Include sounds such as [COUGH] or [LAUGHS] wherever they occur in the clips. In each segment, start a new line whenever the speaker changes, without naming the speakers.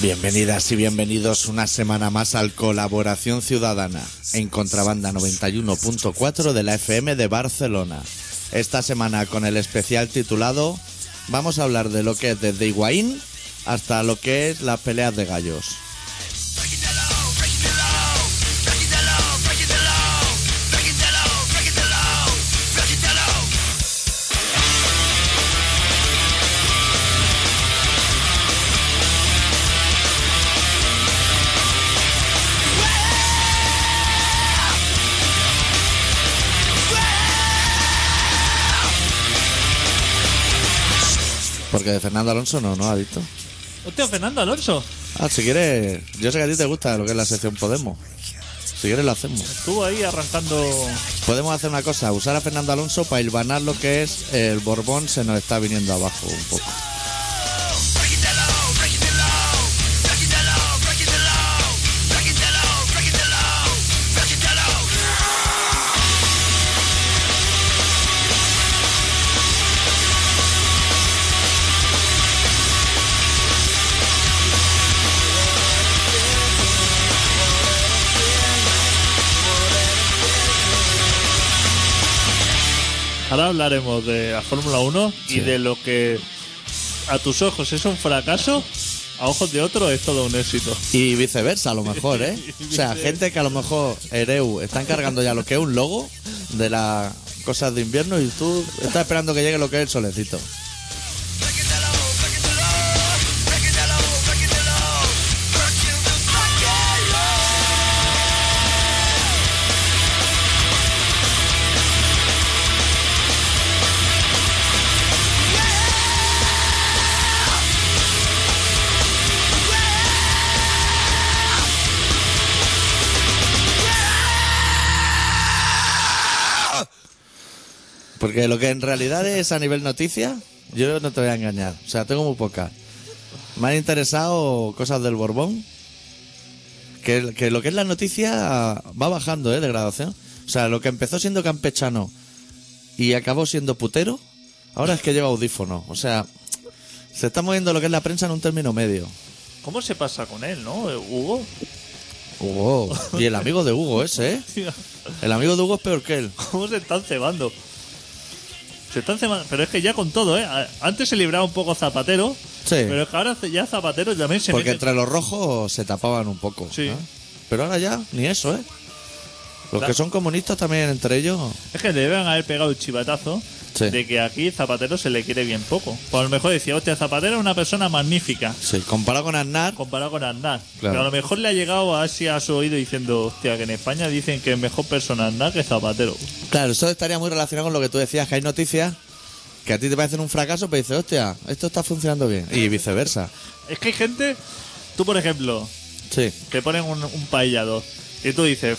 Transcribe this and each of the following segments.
Bienvenidas y bienvenidos una semana más al Colaboración Ciudadana en Contrabanda 91.4 de la FM de Barcelona. Esta semana con el especial titulado vamos a hablar de lo que es desde Higuaín hasta lo que es las peleas de gallos. Porque de Fernando Alonso no, ¿no, Adicto?
Hostia, Fernando Alonso.
Ah, si quieres, yo sé que a ti te gusta lo que es la sección Podemos. Si quieres lo hacemos.
Estuvo ahí arrancando.
Podemos hacer una cosa, usar a Fernando Alonso para hilvanar lo que es el Borbón se nos está viniendo abajo un poco.
Ahora hablaremos de la Fórmula 1 y de lo que a tus ojos es un fracaso, a ojos de otro es todo un éxito.
Y viceversa, a lo mejor, ¿eh? O sea, gente que a lo mejor Ereu está encargando ya lo que es un logo de las cosas de invierno y tú estás esperando que llegue lo que es el solecito. Porque lo que en realidad es a nivel noticia, yo no te voy a engañar. O sea, tengo muy poca. Me han interesado cosas del Borbón. Que, que lo que es la noticia va bajando, ¿eh? De graduación. O sea, lo que empezó siendo campechano y acabó siendo putero, ahora es que lleva audífono. O sea, se está moviendo lo que es la prensa en un término medio.
¿Cómo se pasa con él, no, eh, [LAUGHS] Hugo?
Hugo. Y el amigo de Hugo ese, ¿eh?
Tío,
El amigo de Hugo es peor que él.
¿Cómo se están cebando? Se están cebando. Pero es que ya con todo, ¿eh? A- Antes se libraba un poco Zapatero.
Sí.
Pero es que ahora ya Zapatero también se
Porque
mete.
entre los rojos se tapaban un poco.
Sí.
¿eh? Pero ahora ya, ni eso, ¿eh? Los
Da-
que son comunistas también entre ellos.
Es que le deben haber pegado el chivatazo
Sí.
de que aquí Zapatero se le quiere bien poco. Pues a lo mejor decía, hostia, Zapatero es una persona magnífica
Sí, comparado con Aznar,
comparado con Aznar.
Claro.
Pero a lo mejor le ha llegado así a su oído diciendo, hostia, que en España dicen que es mejor persona Aznar que Zapatero.
claro, eso estaría muy relacionado con lo que tú decías, que hay noticias que a ti te parecen un fracaso, pero dices, hostia, esto está funcionando bien. Y viceversa.
Es que hay gente, tú por ejemplo,
Sí.
te ponen un, un paellado y tú dices,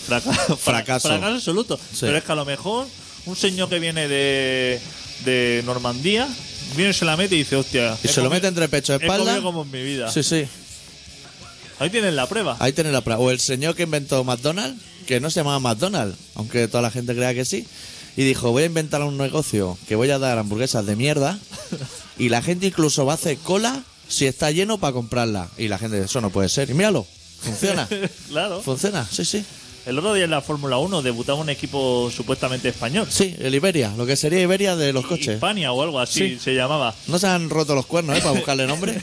[LAUGHS]
fracaso.
Fracaso.
Fracaso absoluto. Pero es que a lo mejor un señor que viene de, de Normandía, viene, se la mete y dice, hostia.
Y
he
se lo
comido-
mete entre pecho y
He comido
espalda.
como en mi vida.
Sí, sí.
Ahí tienen la prueba.
Ahí tenés la prueba. O el señor que inventó McDonald's, que no se llamaba McDonald's, aunque toda la gente crea que sí, y dijo, voy a inventar un negocio que voy a dar hamburguesas de mierda, y la gente incluso va a hacer cola si está lleno para comprarla. Y la gente dice, eso no puede ser. Y míralo,
[LAUGHS]
funciona.
claro.
Funciona, sí, sí.
El otro día en la Fórmula 1 debutaba un equipo supuestamente español.
Sí, el Iberia, lo que sería Iberia de los coches.
Hispania o algo así
Sí.
se llamaba.
No se han roto los cuernos, ¿eh? Para buscarle nombre.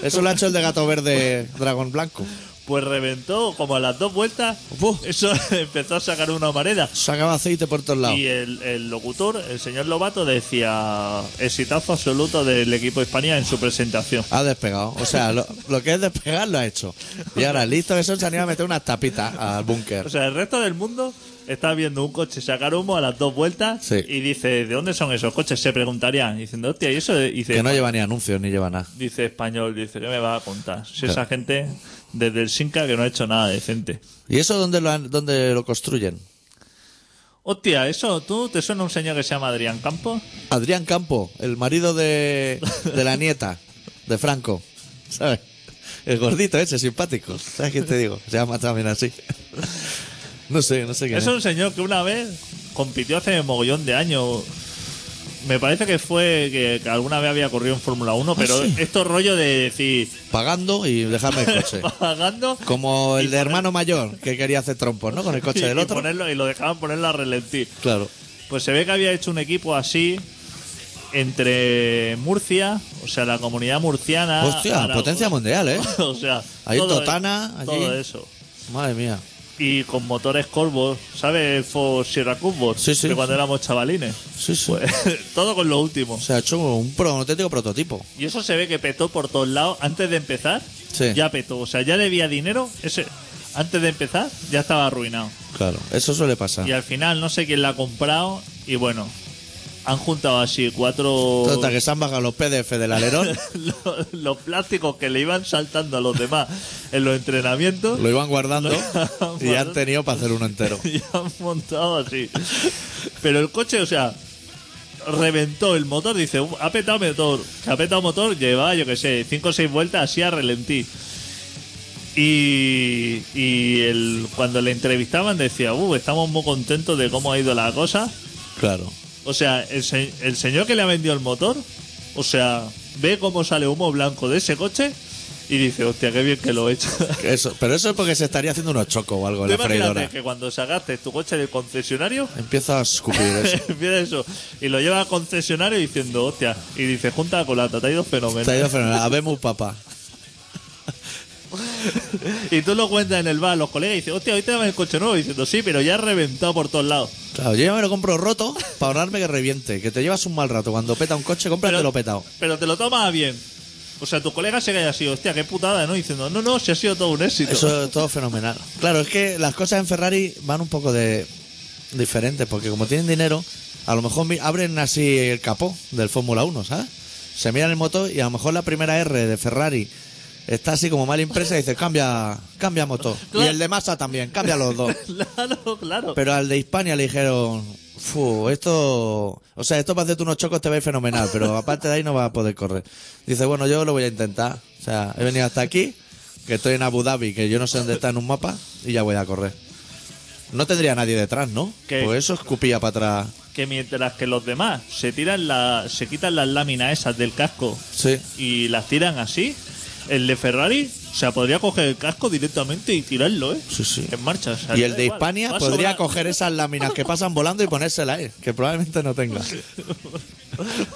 Eso lo ha hecho el de gato verde dragón blanco.
Pues reventó como a las dos vueltas.
Uf.
Eso [LAUGHS] empezó a sacar una humareda.
Sacaba aceite por todos lados.
Y el, el locutor, el señor Lobato, decía exitazo absoluto del equipo Hispania en su presentación.
Ha despegado. O sea, lo, lo que es despegar lo ha hecho. Y ahora, listo que son, se anima a meter unas tapitas al
O
búnker.
sea, el resto del mundo está viendo un coche sacar humo a las dos vueltas
Sí.
y dice, ¿de dónde son esos coches? Se preguntarían, diciendo, hostia, ¿y eso? de-?" Y dice,
Que no lleva ni anuncios ni lleva nada.
Dice español, dice, ¿qué me va a contar? Si
Claro.
esa gente desde el Sinca que no ha hecho nada decente.
¿Y eso dónde lo, han- dónde lo construyen?
Hostia, eso, ¿tú te suena un señor que se llama Adrián Campos?
Adrián Campo, el marido de, de la nieta de Franco. ¿Sabes? El gordito ese, simpático. ¿Sabes qué te digo? Se llama también así. No sé, no sé qué.
Es un señor que una vez compitió hace mogollón de años Me parece que fue que, que alguna vez había corrido en Fórmula 1, pero
Ah, sí?
esto rollo de decir, [LAUGHS]
Pagando y dejarme el coche.
pagando
Como
Y
el de
poner-
hermano mayor que quería hacer trompos, ¿no? Con el coche del
y,
otro.
ponerlo- y lo dejaban ponerla a ralentí.
Claro.
Pues se ve que había hecho un equipo así entre Murcia, o sea, la comunidad murciana.
Hostia,
Aragón,
potencia mundial, ¿eh?
[LAUGHS] O sea,
Ahí en
todo
Totana,
e-
allí.
Todo eso.
Madre mía.
Y con motores Corvos, ¿sabes? Ford Sierra Cumbos,
Sí, sí.
de cuando éramos chavalines.
Sí,
Pues,
sí.
[LAUGHS] todo con lo último.
Se ha hecho un, pro, un auténtico prototipo.
Y eso se ve que petó por todos lados. Antes de empezar,
Sí.
ya petó. O sea, ya debía dinero. Ese, antes de empezar, ya estaba arruinado.
Claro. Eso suele pasar.
Y al final, no sé quién la ha comprado. Y bueno, han juntado así cuatro.
Total,
[LAUGHS]
que se han bajado los PDF del alerón,
los, los plásticos que le iban saltando a los demás en los entrenamientos.
lo iban
[LAUGHS]
guardando
Lo-
y han tenido para hacer uno entero.
[LAUGHS] Y han montado así. Pero el coche, o sea, reventó el motor. Dice, "Uh, ha petado motor. Que ha petado motor, lleva, yo que sé, 5 o 6 vueltas así a relentí. Y, y el, cuando le entrevistaban decía, uh, estamos muy contentos de cómo ha ido la cosa.
Claro.
O sea, el, se- el señor que le ha vendido el motor, o sea, ve cómo sale humo blanco de ese coche y dice, hostia, qué bien que lo he hecho.
Eso, pero eso es porque se estaría haciendo unos chocos o algo en
[LAUGHS] Tú
la
imagínate
freidora.
que cuando sacaste tu coche del concesionario,
Empieza a escupir
[LAUGHS]
eso.
mira eso, y lo lleva al concesionario diciendo, hostia, y dice, junta con la te ha ido fenomenal.
Te ha ido fenomenal. Habemos papá.
Y tú lo cuentas en el bar a los colegas y dices, hostia, hoy tenemos el coche nuevo, diciendo, sí, pero ya ha reventado por todos lados.
Claro, yo ya me lo compro roto para ahorrarme que reviente. Que te llevas un mal rato. Cuando peta un coche, cómpratelo petado.
Pero te lo tomas a bien. O sea, tu colega se queda así, hostia, qué putada, ¿no? Diciendo, no, no, si ha sido todo un éxito.
Eso es todo fenomenal. Claro, es que las cosas en Ferrari van un poco de diferentes, porque como tienen dinero, a lo mejor mi- abren así el capó del Fórmula 1, ¿sabes? Se miran el motor y a lo mejor la primera R de Ferrari está así como mal impresa y dice cambia, cambia motor. Y el de Massa también, cambia los dos.
[LAUGHS] Claro, claro.
Pero al de Hispania le dijeron, "Fu, esto, o sea, esto para hacerte unos chocos te va a ir fenomenal,
[LAUGHS]
pero aparte de ahí no vas a poder correr. Dice, bueno, yo lo voy a intentar. O sea, he venido hasta aquí, que estoy en Abu Dhabi, que yo no sé dónde está en un mapa, y ya voy a correr. No tendría nadie detrás, ¿no?
¿Qué?
Pues eso escupía para atrás.
que mientras que los demás se tiran la, se quitan las láminas esas del casco
Sí.
y las tiran así, el de Ferrari, o sea, podría coger el casco directamente y tirarlo, ¿eh?
Sí, sí.
En marcha. o sea,
Y el
da
de
igual.
Hispania
Va a
podría
sobrar. [LAUGHS]
coger esas láminas que pasan volando y ponérselas, ahí, que probablemente no tenga.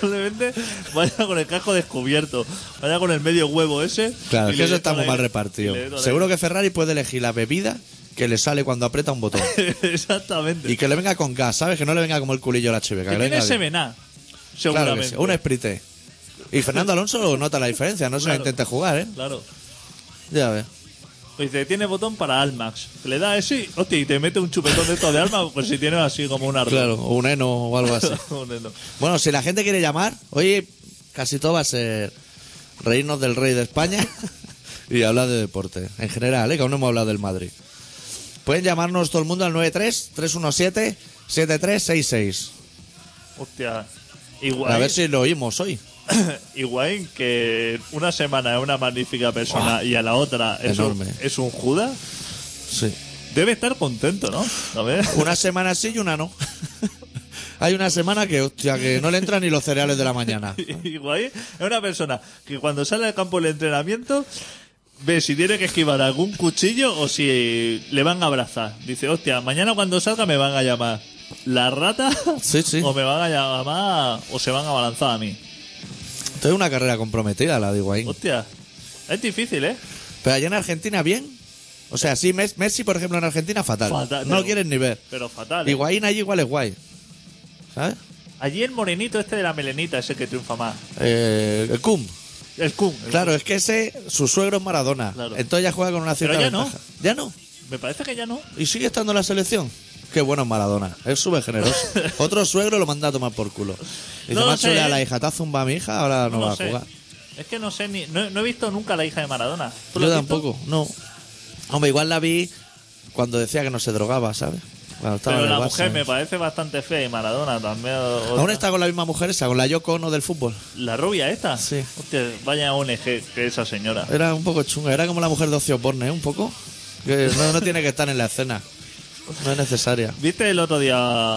Probablemente vaya con el casco descubierto, vaya con el medio huevo ese.
Claro,
y
es
le
que eso
dé
está
toda
muy
la-
mal
y le dé
repartido.
toda la-
Seguro que Ferrari puede elegir la bebida que le sale cuando aprieta un botón.
[LAUGHS] Exactamente.
Y que le venga con gas, ¿sabes? Que no le venga como el culillo a la chiveca.
que
le
tiene
venga bien.
semená,
Claro que
seguramente.
sí, un sprite. Y Fernando Alonso nota la diferencia, no se la
Claro.
intente jugar, ¿eh?
Claro.
Ya ves.
Dice, tiene botón para Almax. Le da ese, y- hostia, y te mete un chupetón de esto de Almax, pues si tiene así como un ardor.
Claro, o un heno o algo
[LAUGHS]
así.
Un heno.
Bueno, si la gente quiere llamar, hoy casi todo va a ser reírnos del rey de España [LAUGHS] y hablar de deporte en general, ¿eh? que aún no hemos hablado del Madrid. Pueden llamarnos todo el mundo al 93-317-7366.
Hostia. Higuaín,
A ver si lo oímos hoy.
[COUGHS] Higuaín, que una semana es una magnífica persona y a la otra es,
Enorme.
un, es un Judas,
Sí.
debe estar contento, ¿no? A ver. [LAUGHS]
Una semana sí y una no. [LAUGHS] Hay una semana que, hostia, que no le entran ni los cereales de la mañana.
Higuaín es una persona que cuando sale al campo del entrenamiento ve si tiene que esquivar algún cuchillo o si le van a abrazar. Dice, hostia, mañana cuando salga me van a llamar la rata
[LAUGHS] Sí, sí.
o me van a llamar o se van a balanzar a mí.
Esto es una carrera comprometida, la digo ahí.
Hostia, es difícil, ¿eh?
Pero allá en Argentina, bien. O sea, sí, Mes- Messi, por ejemplo, en Argentina, fatal.
Fatal,
no lo
pero-
quieren ni ver.
Pero fatal. ¿eh?
Higuaín allí igual es guay. ¿Sabes?
Allí el morenito este de la melenita es el que triunfa más.
Eh, el Kun.
El Kun. el
Claro, es que ese, su suegro es Maradona.
Claro.
Entonces ya juega con una cierta
Pero ya no.
ventaja. Ya no.
Kun. Me parece que ya no.
Y sigue estando en la selección. Qué bueno es Maradona. Es súper
[LAUGHS]
generoso. Otro suegro lo manda a tomar por culo. Dice,
No lo
macho,
sé,
ya
¿eh?
la hija, te hace un va mi hija, ahora no,
lo
va a
sé.
jugar.
Es que no sé ni. No, no he visto nunca a la hija de Maradona. ¿Tú
Yo
la has visto?
tampoco, no. Hombre, igual la vi cuando decía que no se drogaba, ¿sabes? Cuando estaba
Pero
en el
la
Barça. ¿eh?
mujer me parece bastante fea y Maradona también. otra.
Aún está con la misma mujer esa, con la Yoko Ono del fútbol.
¿La rubia esta?
Sí.
Hostia, vaya ONG que esa señora.
Era un poco chunga, era como la mujer de Ocio Borne, ¿eh? un poco. Que no, no tiene que estar en la escena. No es necesaria.
¿Viste el otro día a-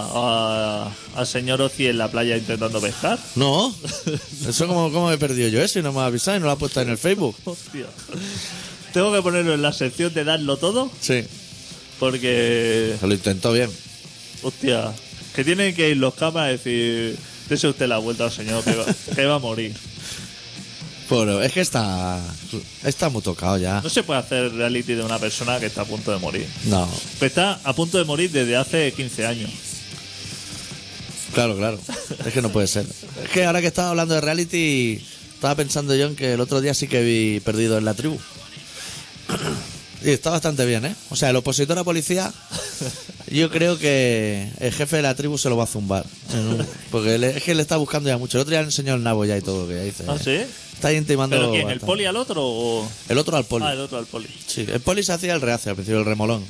a- al señor Oci en la playa intentando pescar?
No. Eso como, como he perdido yo eso y no me ha avisado y no lo ha puesto en el Facebook.
Hostia. Tengo que ponerlo en la sección de darlo todo
Sí.
porque
Se lo intentó bien.
Hostia, que tienen que ir los camas a decir, dese usted la vuelta al señor, que va, que va a morir.
Pero es que está. Está muy tocado ya.
No se puede hacer reality de una persona que está a punto de morir.
No.
Que está a punto de morir desde hace 15 años.
Claro, claro. Es que no puede ser. Es que ahora que estaba hablando de reality, estaba pensando yo en que el otro día sí que vi perdido en la tribu. Y está bastante bien, ¿eh? O sea, el opositor a policía, yo creo que el jefe de la tribu se lo va a zumbar. en un- Porque él- es que le está buscando ya mucho. El otro día le enseñó el nabo ya y todo, que ya dice.
¿Ah, sí?
Está intimando.
¿Pero quién? ¿El
bastante.
poli al otro o...?
El otro al poli.
Ah, el otro al poli.
Sí, el poli se hacía el reacio al principio, el remolón.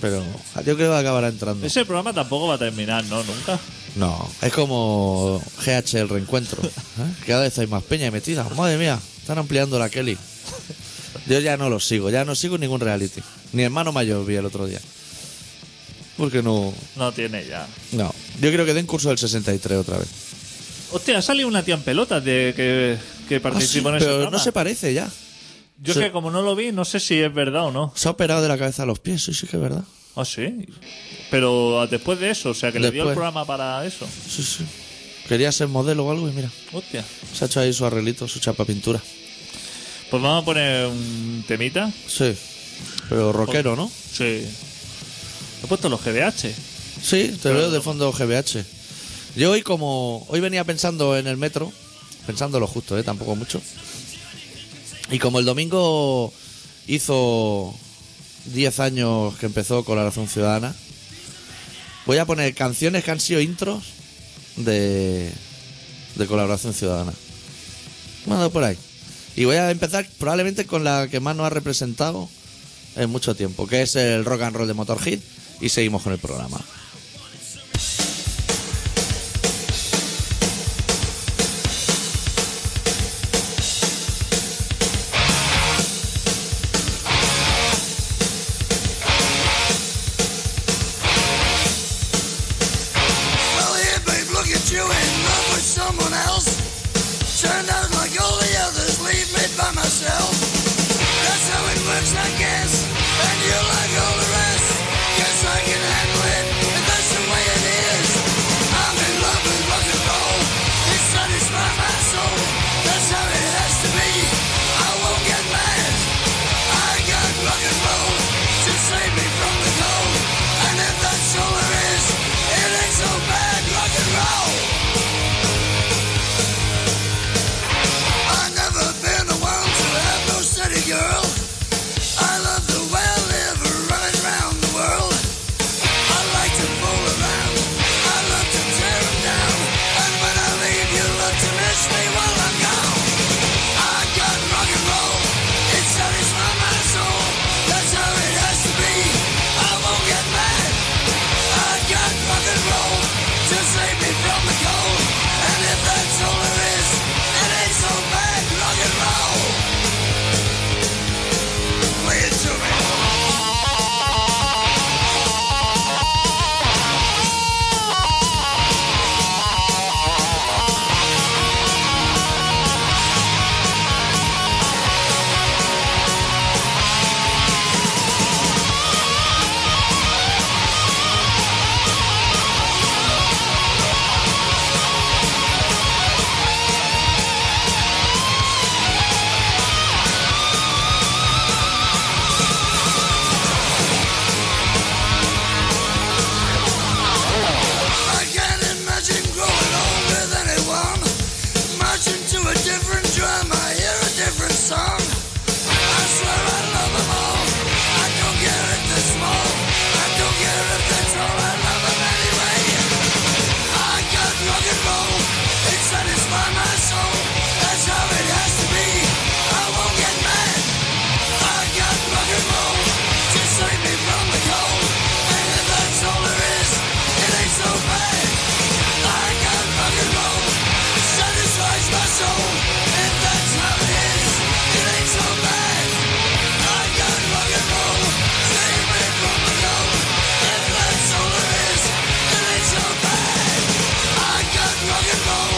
Pero yo creo que acabará entrando.
Ese programa tampoco va a terminar, ¿no? Nunca.
No, es como GH el reencuentro. ¿eh? Cada vez hay más peña metida. Madre mía, están ampliando la Kelly. Yo ya no lo sigo, ya no sigo ningún reality. Ni hermano mayor vi el otro día. Porque no.
No tiene ya.
No. Yo creo que den curso del 63 otra vez.
Hostia, ha salido una tía en pelotas de que, que participó en ese
Ah, Pero
programa.
no se parece ya.
Yo
se-
es que como no lo vi, no sé si es verdad o no.
Se ha operado de la cabeza a los pies, sí, sí que es verdad.
Ah, sí. Pero después de eso, o sea, que le dio el
Después.
programa para eso.
Sí, sí. Quería ser modelo o algo y mira,
Hostia.
se ha hecho ahí su arreglito, su chapa pintura.
Pues vamos a poner un temita.
Sí. Pero rockero, ¿no?
Sí. He puesto los GDH.
Sí, te veo de fondo GBH. Yo hoy como hoy venía pensando en el metro, pensando lo justo, ¿eh? tampoco mucho. Y como el domingo hizo 10 años que empezó Colaboración Ciudadana, voy a poner canciones que han sido intros de, de Colaboración Ciudadana. Mando por ahí. Y voy a empezar probablemente con la que más nos ha representado en mucho tiempo, que es el rock and roll de Motorhead. Y seguimos con el programa.
Well, here, babe, look at you in love with someone else. Turned out like all the others, leave me by myself. That's how it works, I guess. And you like all the rest. Guess I can handle it, and that's the way it is. I'm in love with rock and roll. It satisfies my soul. That's how it has to be. I won't get mad. I got rock and roll to save me from the cold. And if that's all there is, it ain't so bad, rock and roll.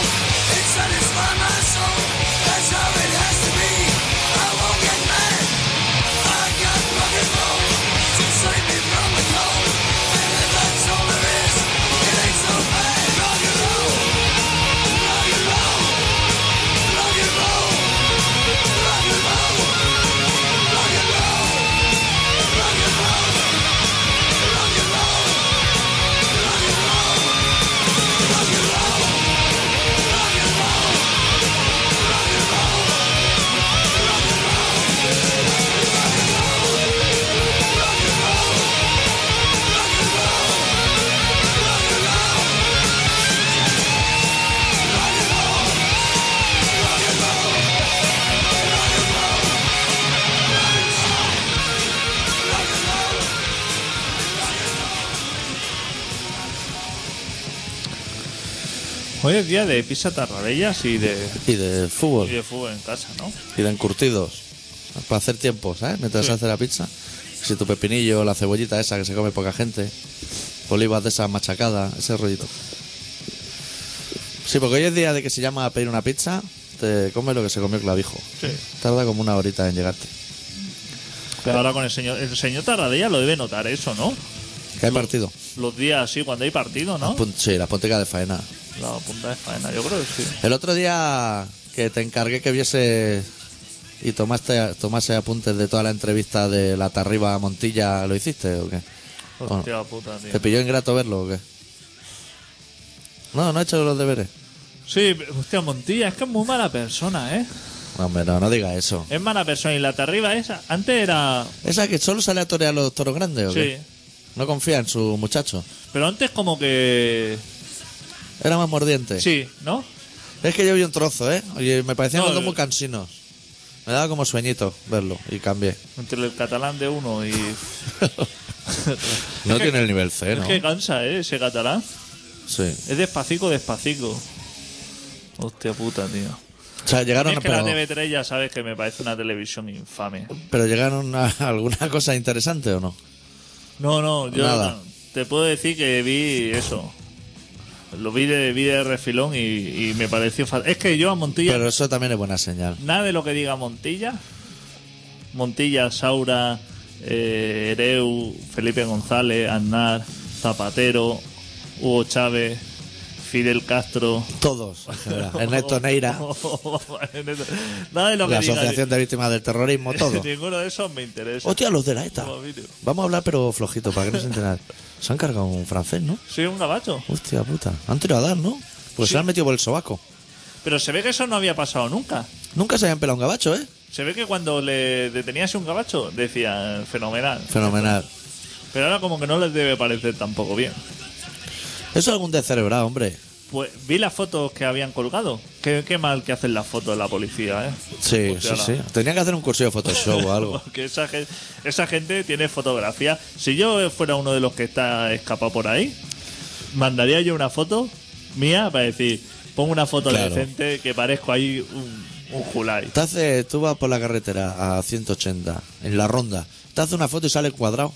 on my soul. That's how it has to be. I won't get mad. I got rock and roll to save me from the cold. And if that's all there is, it ain't so bad. Rock and roll, rock and roll, rock and roll, rock and roll, rock and roll, rock and roll, rock and roll, rock and roll, rock and roll, rock and roll.
Hoy es día de pizza tarradellas y de,
Y de
y
fútbol.
de fútbol en casa, ¿no?
Y de encurtidos. Para hacer tiempo, ¿sabes? Mientras se hace la pizza. Si tu pepinillo, la cebollita esa que se come poca gente. Olivas de esas machacadas, ese rollito. Sí, porque hoy es día de que se llama a pedir una pizza, te comes lo que se comió clavijo.
Sí.
Tarda como una horita en llegarte.
Pero ahora con el señor, el señor Tarradella lo debe notar eso, ¿no?
¿Qué hay partido?
Los días así, cuando hay partido, ¿no?
Pun- sí, las ponticas de faena.
La punta de faena, yo creo que sí.
El otro día que te encargué que viese y tomaste tomase apuntes de toda la entrevista de la Tarriba a Montilla, ¿lo hiciste o qué? Bueno,
Hostia puta, tío.
¿Te pilló ingrato verlo o qué? No, no he hecho los deberes.
Sí, hostia, Montilla, es que es muy mala persona, ¿eh?
No, Hombre, no, no diga eso.
Es mala persona. Y la Tarriba esa, antes era...
¿Esa que solo sale a torear los toros grandes o
Sí.
qué? No confía en su muchacho.
Pero antes como que...
Era más mordiente.
Sí, ¿no?
Es que yo vi un trozo, ¿eh? Oye, me parecían
No,
los dos
eh.
muy cansinos. Me daba como sueñito verlo y cambié.
Entre el catalán de uno y...
No
que-
tiene el nivel C,
Es
¿no?
que cansa, ¿eh? Ese catalán.
Sí.
Es despacito, despacito. Hostia puta, tío.
O sea, llegaron
es que
pero,
la TV3 ya sabes que me parece una televisión infame.
pero llegaron a [LAUGHS] alguna cosa interesante o no.
No, no, yo
Nada.
te puedo decir que vi eso. Lo vi de, vi de refilón y, y me pareció fatal. Es que yo a Montilla,
Pero eso también es buena señal.
nada de lo que diga Montilla, Montilla, Saura, eh, Ereu, Felipe González, Aznar, Zapatero, Hugo Chávez, Fidel Castro.
Todos. en
[LAUGHS]
general. Ernesto Neira,
nada de lo que
la
diga.
Asociación de Víctimas del Terrorismo,
[LAUGHS]
todo.
Ninguno de esos me interesa.
Hostia, los de la ETA.
Como vídeo.
Vamos a hablar pero flojito para que no se enteren. Se han cargado un francés, ¿no?
Soy un gabacho.
Hostia puta. Han tirado a dar, ¿no? Pues
Sí.
se han metido por el sobaco.
Pero se ve que eso no había pasado nunca.
Nunca se habían pelado un gabacho, ¿eh?
Se ve que cuando le detenías un gabacho decía fenomenal.
Fenomenal.
Pero ahora como que no les debe parecer tampoco bien.
Eso es algún descerebrado, hombre.
Pues vi las fotos que habían colgado. Qué, qué mal que hacen las fotos la policía, ¿eh?
Sí,
Hostia, la-
sí, sí. Tenían que hacer un cursillo de Photoshop o algo.
Porque esa, gen- esa gente tiene fotografía. Si yo fuera uno de los que está escapado por ahí, mandaría yo una foto mía para decir, pongo una foto
Claro.
decente que parezco ahí un, un Julai.
Te hace, tú vas por la carretera a 180, en la ronda, te hace una foto y sale cuadrado.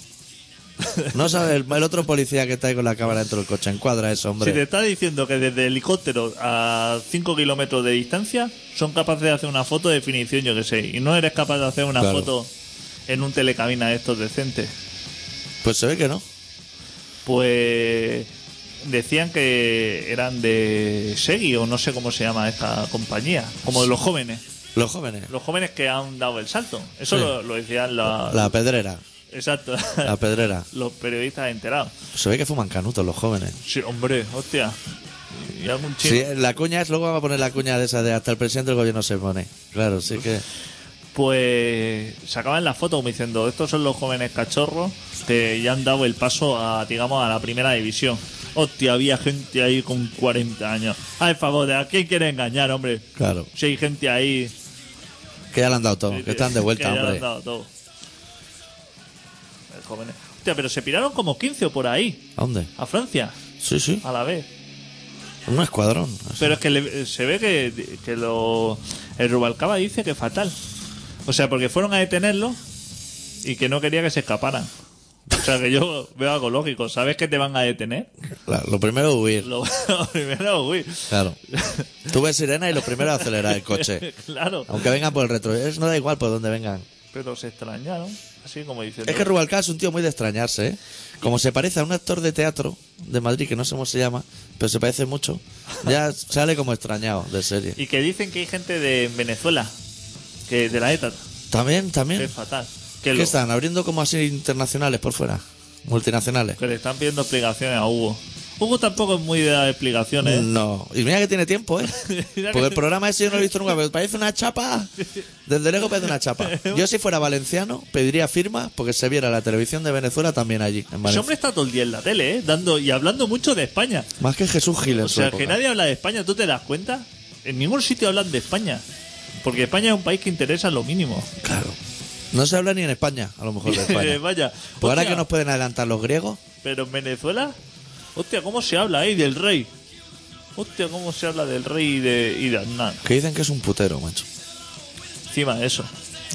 No sabes, el, el otro policía que está ahí con la cámara dentro del coche encuadra eso,
Si te
hombre.
está diciendo que desde helicóptero a 5 kilómetros de distancia son capaces de hacer una foto de definición, yo que sé, y no eres capaz de hacer una
Claro.
foto en un telecabina de estos decentes,
Pues se ve que no.
pues decían que eran de Segui o no sé cómo se llama esta compañía, como de los jóvenes,
Los jóvenes.
los jóvenes que han dado el salto. Eso
Sí.
lo, lo decían la,
La pedrera.
exacto,
La pedrera.
[LAUGHS] los periodistas enterados.
Se ve que fuman canutos los jóvenes.
Sí, hombre, hostia. Y algún chino.
Sí, la cuña es, luego vamos a poner la cuña de esa de hasta el presidente del gobierno se pone. Claro, sí que.
pues sacaban las fotos como diciendo, estos son los jóvenes cachorros que ya han dado el paso a, digamos, a la primera división. Hostia, había gente ahí con 40 años. Ay, favor, ¿a quién quiere engañar, hombre?
Claro.
Si hay gente ahí...
Que ya le han dado todo, que están de vuelta,
[LAUGHS] que ya lo
hombre.
han dado todo. Los jóvenes. Hostia, pero se piraron como 15 o por ahí,
¿A dónde?
a Francia,
Sí, sí.
a la vez.
Un escuadrón. así.
Pero es que le- se ve que, que lo, el Rubalcaba dice que fatal. O sea, porque fueron a detenerlo y que no quería que se escaparan. O sea que yo veo algo lógico. ¿Sabes que te van a detener?
La- lo primero huir.
Lo, [LAUGHS] lo primero, uy.
Claro. Tú ves sirena y lo primero es acelerar el coche.
Claro.
Aunque vengan por el retro. es- no da igual por donde vengan.
Pero se extrañaron. Así como diciendo.
Es que Rubalcaba es un tío muy de extrañarse, ¿eh? Como se parece a un actor de teatro de Madrid, que no sé cómo se llama, pero se parece mucho, ya sale como extrañado de serie.
Y que dicen que hay gente de Venezuela. Que de la ETA.
También,
Que
también.
es fatal. Que,
¿Qué
lo-
están? ¿Abriendo como así internacionales por fuera? Multinacionales.
que le están pidiendo explicaciones a Hugo. Hugo tampoco es muy de dar explicaciones. ¿eh?
No. Y mira que tiene tiempo, ¿eh?
[LAUGHS] Mira
Porque el
que-
programa ese yo no lo he visto nunca, pero parece una chapa. Desde lejos parece una
[LAUGHS]
chapa. Yo si fuera valenciano pediría firmas porque se viera la televisión de Venezuela también allí, en
Ese
Valencia.
hombre está todo el día en la tele, ¿eh? Dando y hablando mucho de España.
Más que Jesús Gil en
O
su
sea,
época.
que nadie habla de España, ¿tú te das cuenta? En ningún sitio hablan de España. Porque España es un país que interesa lo mínimo.
Claro. No se habla ni en España, a lo mejor
[LAUGHS]
de España.
Vaya.
Pues ahora
Hostia,
que nos pueden adelantar los griegos,
Pero en Venezuela, hostia, ¿cómo se habla ahí del rey? Hostia, ¿cómo se habla del rey y de, y de Aznar?
que dicen que es un putero, macho.
Encima de eso.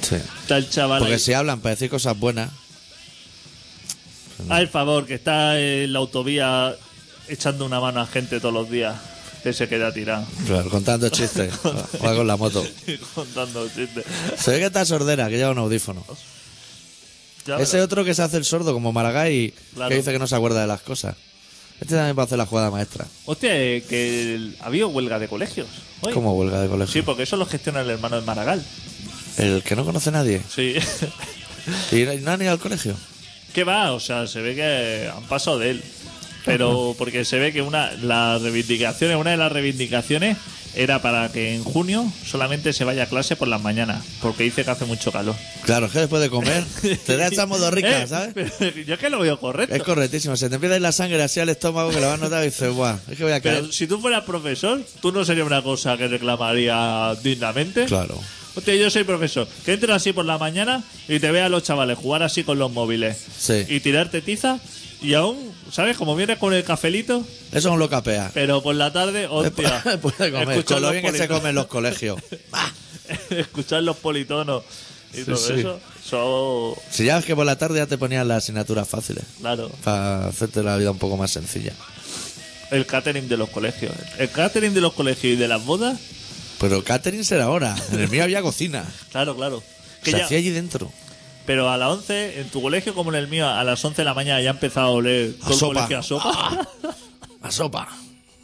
Sí.
Está el chaval
Porque
ahí,
si hablan para decir cosas buenas,
al favor, que está en la autovía echando una mano a gente todos los días, que se queda tirado [LAUGHS]
claro, contando chistes, va con la moto.
contando chistes.
Se ve que está sordera, que lleva un audífono.
Ya
Ese
verás.
otro que se hace el sordo, como Maragall,
Claro.
que dice que no se acuerda de las cosas. Este también va a hacer la jugada maestra.
Hostia, eh, que el- ha habido huelga de colegios. hoy.
Como huelga de
Sí, pues.
colegio.
porque eso lo gestiona el hermano de Maragall.
El que no conoce a nadie.
Sí. [LAUGHS]
Y no han ido al colegio.
¿Qué va? O sea, se ve que han pasado de él.
[LAUGHS]
Pero porque se ve que una las reivindicaciones, una de las reivindicaciones era para que en junio solamente se vaya a clase por las mañanas, porque dice que hace mucho calor.
Claro, es que después de
[LAUGHS]
comer te da esta modorrica,
Eh,
¿sabes?
pero Yo es que lo veo correcto.
Es correctísimo. Se te empieza a ir la sangre así al estómago que lo vas a notar y dices, guau, es que voy a caer.
pero si tú fueras profesor, tú no sería una cosa que reclamaría dignamente.
Claro.
Hostia, yo soy profesor. Que entres así por la mañana y te veas a los chavales jugar así con los móviles.
Sí.
Y tirarte tiza. Y aún, ¿sabes? Como vienes con el cafelito,
Eso es un locapea.
pero por la tarde,
[LAUGHS]
hostia.
Puede comer.
escuchar
Con lo
los
bien que se
politonos-
come en los colegios.
[LAUGHS] escuchar los politonos y todo
sí.
eso. Son,
Si ya es que por la tarde ya te ponían las asignaturas fáciles.
claro,
Para hacerte la vida un poco más sencilla.
el catering de los colegios. El catering de los colegios y de las bodas,
Pero catering será ahora. En el mío había cocina.
claro, claro. [LAUGHS] Que
Se
ya-
hacía allí dentro.
pero a las 11, en tu colegio como en el mío, a las 11 de la mañana ya empezaba a oler
A
todo el
sopa. Ah.
colegio a sopa.
A sopa.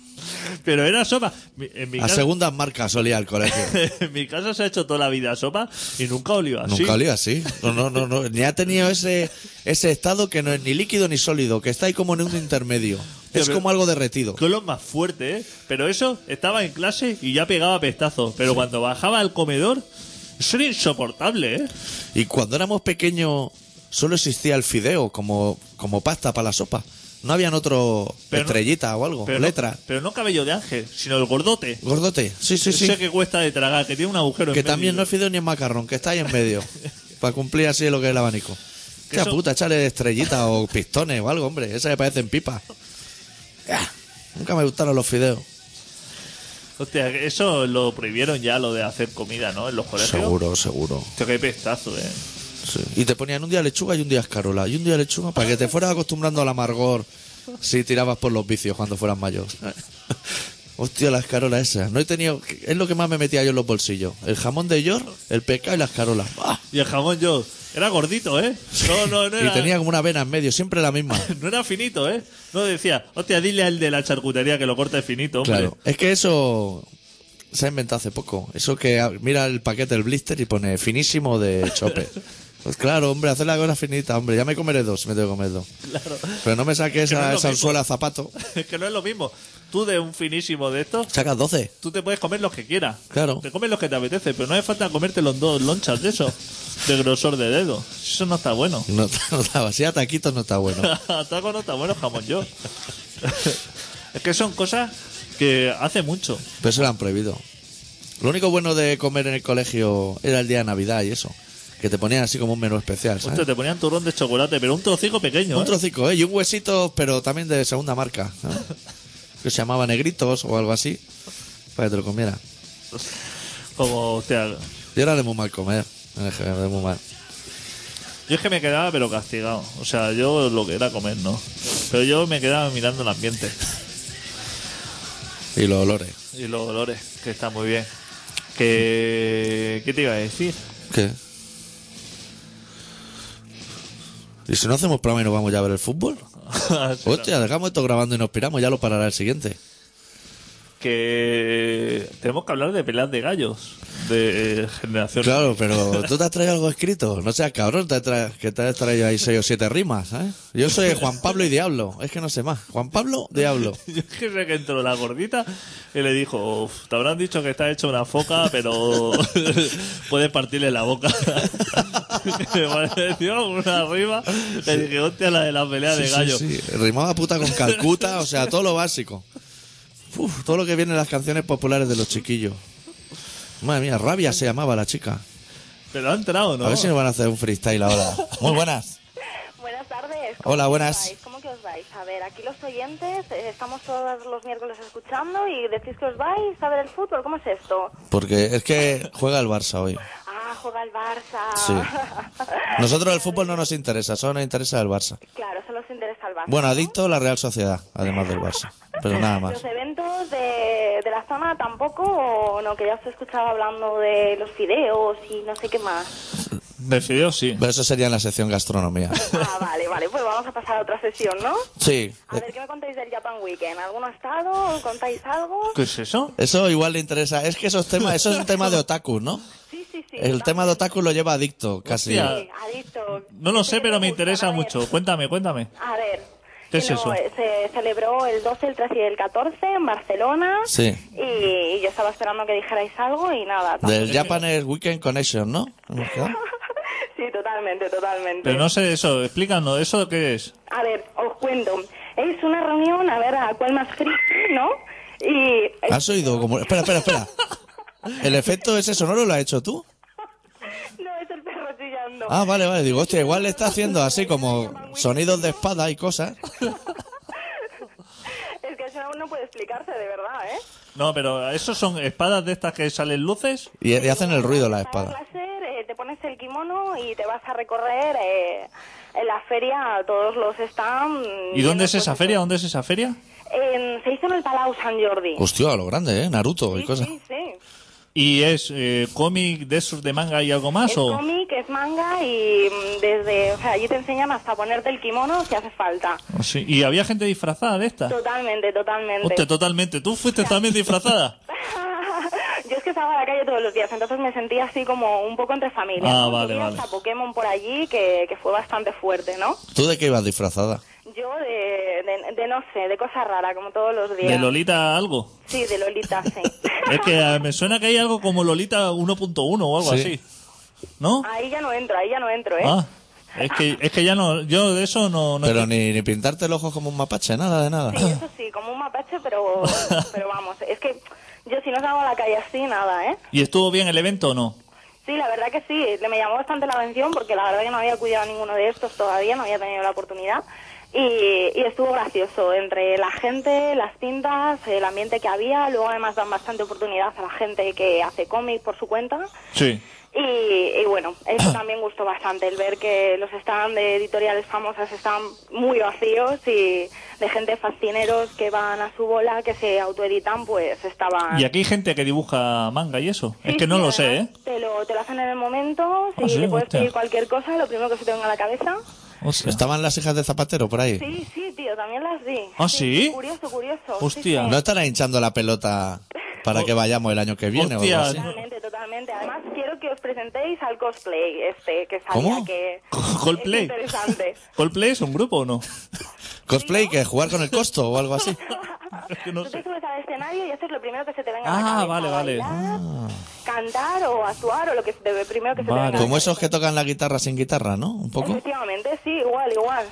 [LAUGHS] pero era sopa. Mi- En mi
A
casa-
segundas marcas solía el
[LAUGHS]
colegio.
en mi casa se ha hecho toda la vida sopa y nunca olió así.
Nunca olía así. No, no, no, no. Ni ha tenido ese, ese estado que no es ni líquido ni sólido, que está ahí como en un intermedio. Es
pero-
como algo derretido.
Qué olor más fuerte, ¿eh? Pero eso, estaba en clase y ya pegaba pestazos. Pero cuando bajaba al comedor, eso era insoportable, ¿eh?
Y cuando éramos pequeños solo existía el fideo como, como pasta para la sopa. No habían otro
Pero no-
estrellita o algo,
Pero
letra.
No, pero no cabello de ángel, sino el gordote.
Gordote, sí, sí, sí.
Ese que cuesta de tragar, que tiene un agujero
Que
en medio.
también no es fideo ni es macarrón, que está ahí en
[LAUGHS]
medio. para cumplir así lo que es el abanico.
Que
Hostia
eso-
puta, échale estrellitas o pistones o algo, hombre. Esa me parecen pipas. Ah, Nunca me gustaron los fideos.
Hostia, que eso lo prohibieron ya, lo de hacer comida, ¿no? En los colegios.
Seguro, seguro.
Hostia, qué pestazo, ¿eh?
Sí. Y te ponían un día lechuga y un día escarola. Y un día lechuga para que te fueras acostumbrando al amargor si tirabas por los vicios cuando fueras
[LAUGHS]
mayor. Hostia, la escarola esa. No he tenido. Es lo que más me metía yo en los bolsillos. El jamón de york, el pescado y la escarola. ¡Ah!
Y el jamón yo, era gordito, ¿eh? No, no, no era...
Y tenía como una vena en medio, siempre la misma.
[LAUGHS] No era finito, ¿eh? No decía, hostia, dile al de la charcutería que lo corte finito, hombre.
Claro. Es que eso se ha inventado hace poco. Eso que ah, mira el paquete del blister y pone finísimo
[LAUGHS]
de chope. Pues claro, hombre, hacer la cosa finita, hombre. Ya me comeré dos, me tengo que comer dos.
Claro.
Pero no me saques
Que no es
esa,
lo
esa
mismo.
suela zapato.
Es [LAUGHS] que no es lo mismo. Tú de un finísimo de estos,
Sacas 12.
tú te puedes comer los que quieras.
Claro.
Te comes los que te apetece, pero no hace falta comerte los dos lonchas
[LAUGHS]
de eso, de grosor de dedo. Eso no está bueno.
No, [LAUGHS] no estaba, si a taquitos no está
[LAUGHS]
bueno.
Taco no está bueno, jamón yo. [LAUGHS] es que son cosas que hace mucho.
Pero eso lo han prohibido. Lo único bueno de comer en el colegio era el día de Navidad y eso. Que te ponían así como un menú especial, ¿sabes?
Hostia, te ponían turrón de chocolate, pero un trocico pequeño.
Un
¿eh?
trocico, ¿eh? Y un huesito, pero también de segunda marca. ¿sabes? Que se llamaba negritos o algo así. Para que te lo comiera.
Como, hostia,
Yo era de muy mal comer. en el general, De muy mal.
Yo es que me quedaba pero castigado. O sea, yo lo que era comer, ¿no? Pero yo me quedaba mirando el ambiente
Y los olores.
y los olores, que está muy bien. Que... ¿Qué te iba a decir? [LAUGHS]
¿Qué? ¿Y si no hacemos programa y nos vamos ya a ver el fútbol? Hostia, dejamos esto grabando y nos piramos, ya lo parará el siguiente.
que tenemos que hablar de peleas de gallos de eh, generación.
Claro, pero tú te has traído algo escrito. No seas cabrón, te has tra- que te has traído ahí seis o siete rimas, ¿sabes? Yo soy Juan Pablo y Diablo, es que no sé más. Juan Pablo, Diablo.
[LAUGHS] Yo es que sé que entró la gordita y le dijo, "Uf, te habrán dicho que está hecho una foca, pero [LAUGHS] puedes partirle la boca. [LAUGHS] Me pareció una rima. Le dije, hostia, la de la pelea de
Sí,
gallos.
sí, sí. Rimaba puta con Calcuta, o sea, todo lo básico. Uf, todo lo que viene en las canciones populares de los chiquillos. Madre mía, Rabia se llamaba la chica.
Pero ha entrado, ¿no?
A ver si nos van a hacer un freestyle ahora. Muy buenas.
Buenas tardes.
Hola,
que os
buenas.
vais? ¿Cómo que os vais? A ver, aquí los oyentes eh, estamos todos los miércoles escuchando y decís que os vais a ver el fútbol. ¿Cómo es esto?
Porque es que juega el Barça hoy.
Ah, juega el Barça.
Sí.
[LAUGHS]
Nosotros el fútbol no nos interesa, solo nos interesa el Barça.
Claro, solo os interesa el Barça.
Bueno, adicto la Real Sociedad, además del Barça. Pero nada más.
Los eventos de, de la zona tampoco, o no, que ya os he escuchado hablando de los fideos y no sé
[LAUGHS]
qué más.
De fideos, sí.
Pero eso sería en la sección gastronomía.
Ah, vale, vale, pues vamos a pasar a otra sesión, ¿no?
Sí.
A ver, ¿qué me contáis del Japan Weekend? ¿Alguno ha estado? ¿Contáis algo?
¿Qué es eso?
Eso igual le interesa. Es que esos temas, eso es un tema de otaku, ¿no?
Sí, sí, sí.
El tema de otaku lo lleva adicto, casi.
Hostia.
Sí, adicto.
Ah, No lo sé,
Sí,
pero me
gusta,
interesa
a ver.
mucho. Cuéntame, cuéntame.
A ver.
¿Qué
que
es eso?
eh, Se celebró el 12, el 13 y el 14 en Barcelona.
Sí.
Y, y yo estaba esperando que dijerais algo y nada. tam-
Del Japanese Weekend Connection, ¿no? ¿Hemos quedado?
[LAUGHS] sí, totalmente, totalmente.
Pero no sé eso, explícanos, ¿eso qué es?
A ver, os cuento. Es una reunión, a ver, a cuál más friki, ¿no? Y
Ah.
¿Has oído? Como... Espera, espera, espera. ¿El efecto ese sonoro lo has hecho tú?
[LAUGHS] no es el perro chillando.
Ah, vale, vale. Digo, hostia, igual le está haciendo así como sonidos de espada y cosas.
Es que eso aún no puede explicarse, de verdad, ¿eh?
No, pero ¿esos son espadas de estas que salen luces?
Y, y hacen el ruido las
Para
espadas.
placer, eh, te pones el kimono y te vas a recorrer eh, en la feria todos los stands.
¿Y dónde es
los
esa
puestos.
feria? ¿Dónde es esa feria?
En- se hizo en el Palau San Jordi.
Hostia, a lo grande, ¿eh? Naruto
sí,
y cosas.
sí, sí.
¿Y es eh, cómic de esos de manga y algo más?
Es
o
cómic, es manga y mm, desde, o sea, allí te enseñan hasta ponerte el kimono si hace falta.
o Ah, sí? ¿Y había gente disfrazada de esta?
Totalmente, totalmente.
Ah. Hostia, totalmente. ¿Tú fuiste también
[LAUGHS]
disfrazada?
Yo es que estaba en la calle todos los días, entonces me sentía así como un poco entre familia.
Ah,
¿no?
vale,
Tenía
vale.
hasta Pokémon por allí que, que fue bastante fuerte, ¿no?
¿Tú de qué ibas disfrazada?
Yo de, de, de no sé, de cosa rara, como todos los días.
¿De Lolita algo?
Sí, de Lolita, sí.
[LAUGHS] Es que eh, me suena que hay algo como Lolita 1.1 o algo
Sí.
así. ¿No?
ahí ya no entro, ahí ya no entro, ¿eh?
Ah, es que, es que ya no... Yo de eso no... no
Pero ni, ni pintarte el ojo como un mapache, nada de nada.
Sí, eso sí, como un mapache,
[LAUGHS]
pero, pero vamos, es que yo si no salgo a la calle así, nada, ¿eh?
¿Y estuvo bien el evento o no?
Sí, la verdad que sí, le- me llamó bastante la atención porque la verdad que no había acudido a ninguno de estos todavía, no había tenido la oportunidad. Y, y estuvo gracioso, entre la gente, las tintas, el ambiente que había, luego además dan bastante oportunidad a la gente que hace cómic por su cuenta.
Sí.
Y, y bueno,
[COUGHS]
eso también gustó bastante, el ver que los stands de editoriales famosas están muy vacíos y de gente fascineros que van a su bola, que se autoeditan, pues estaban...
¿Y aquí hay gente que dibuja manga y eso? Es
Sí,
que no
sí,
lo sé, ¿eh?
además Te lo, te lo hacen en el momento, si
Ah, sí,
te puedes
hostia.
pedir cualquier cosa, lo primero que se te venga a la cabeza.
Hostia.
¿Estaban las hijas de Zapatero por ahí?
Sí, sí, tío, también las vi.
¿Ah, sí?
Curioso, curioso.
Hostia.
Sí, sí.
¿No estará hinchando la pelota para que vayamos el año que viene o
Hostia.
algo así?
Totalmente, totalmente. Además, quiero que os presentéis al cosplay este, que sabía
¿Cómo?
[LAUGHS]
que...
Coldplay.
Es interesante.
¿Coldplay es un grupo o no? [LAUGHS]
¿Cosplay que jugar con el costo o algo
[LAUGHS]
así?
Es que no
Tú te
sé.
subes al escenario y haces lo primero que se te venga a
Ah,
la cabeza.
vale, vale.
bailar, Cantar o actuar o lo que se te, primero
Vale.
que se te venga. a la
Como esos que tocan la guitarra sin guitarra, ¿no? Un
cabeza.
poco.
Efectivamente, sí, igual, igual.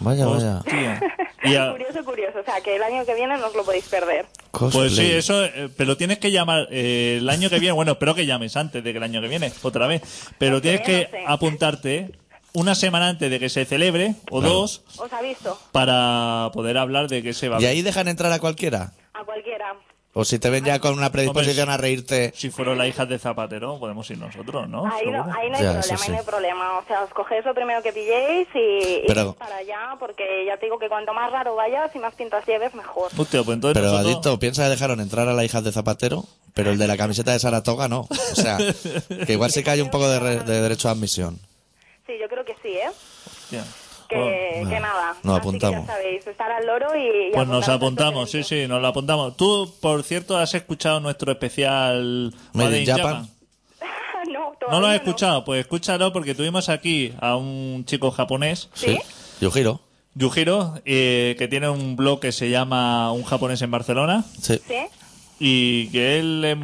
Vaya,
Pues,
vaya.
[LAUGHS]
Hostia. Y a-
Curioso, curioso. O sea, que el año que viene no os lo podéis perder.
Cosplay.
Pues sí, eso, eh, pero tienes que llamar eh, el año que viene, bueno, espero que llames antes de que el año que viene, otra vez, pero tienes que
no sé.
apuntarte una semana antes de que se celebre, o dos,
Os aviso
para poder hablar de qué se va a
¿Y ahí dejan entrar a cualquiera?
a cualquiera.
O si te ven ya con una predisposición a reírte.
Si fueron las hijas de Zapatero, podemos ir nosotros, ¿no?
Ahí no,
Ah, Seguro.
ahí no hay
Ya,
problema,
eso
ahí no hay
sí.
problema. O sea, os cogéis lo primero que pilléis y, y
Pero-
para allá, porque ya te digo que cuanto más raro vayas y más pintas lleves, mejor.
Hostia, pues entonces
Pero
nosotros-
Adicto, piensa que dejaron entrar a la hija de Zapatero, pero el de la camiseta de Saratoga no. O sea, que igual sí que hay un poco de, re- de derecho a admisión.
Sí, yo creo que sí, ¿eh?
Hostia.
Que, que nada.
Nos
Así que
apuntamos.
ya sabéis, estar al loro y. y
Oh, Pues nos
apuntaros a
apuntamos, sí,
estos
sí, nos lo apuntamos. Tú, por cierto, has escuchado nuestro especial
Made
Made
in
in
Japan.
eventos. [LAUGHS] no,
¿No
todavía
lo has escuchado? Pues escúchalo porque tuvimos aquí a un chico japonés,
¿Sí?
Yo giro.
Yujiro, eh, que tiene un blog que se llama Un japonés en Barcelona
Sí.
Sí.
y que él es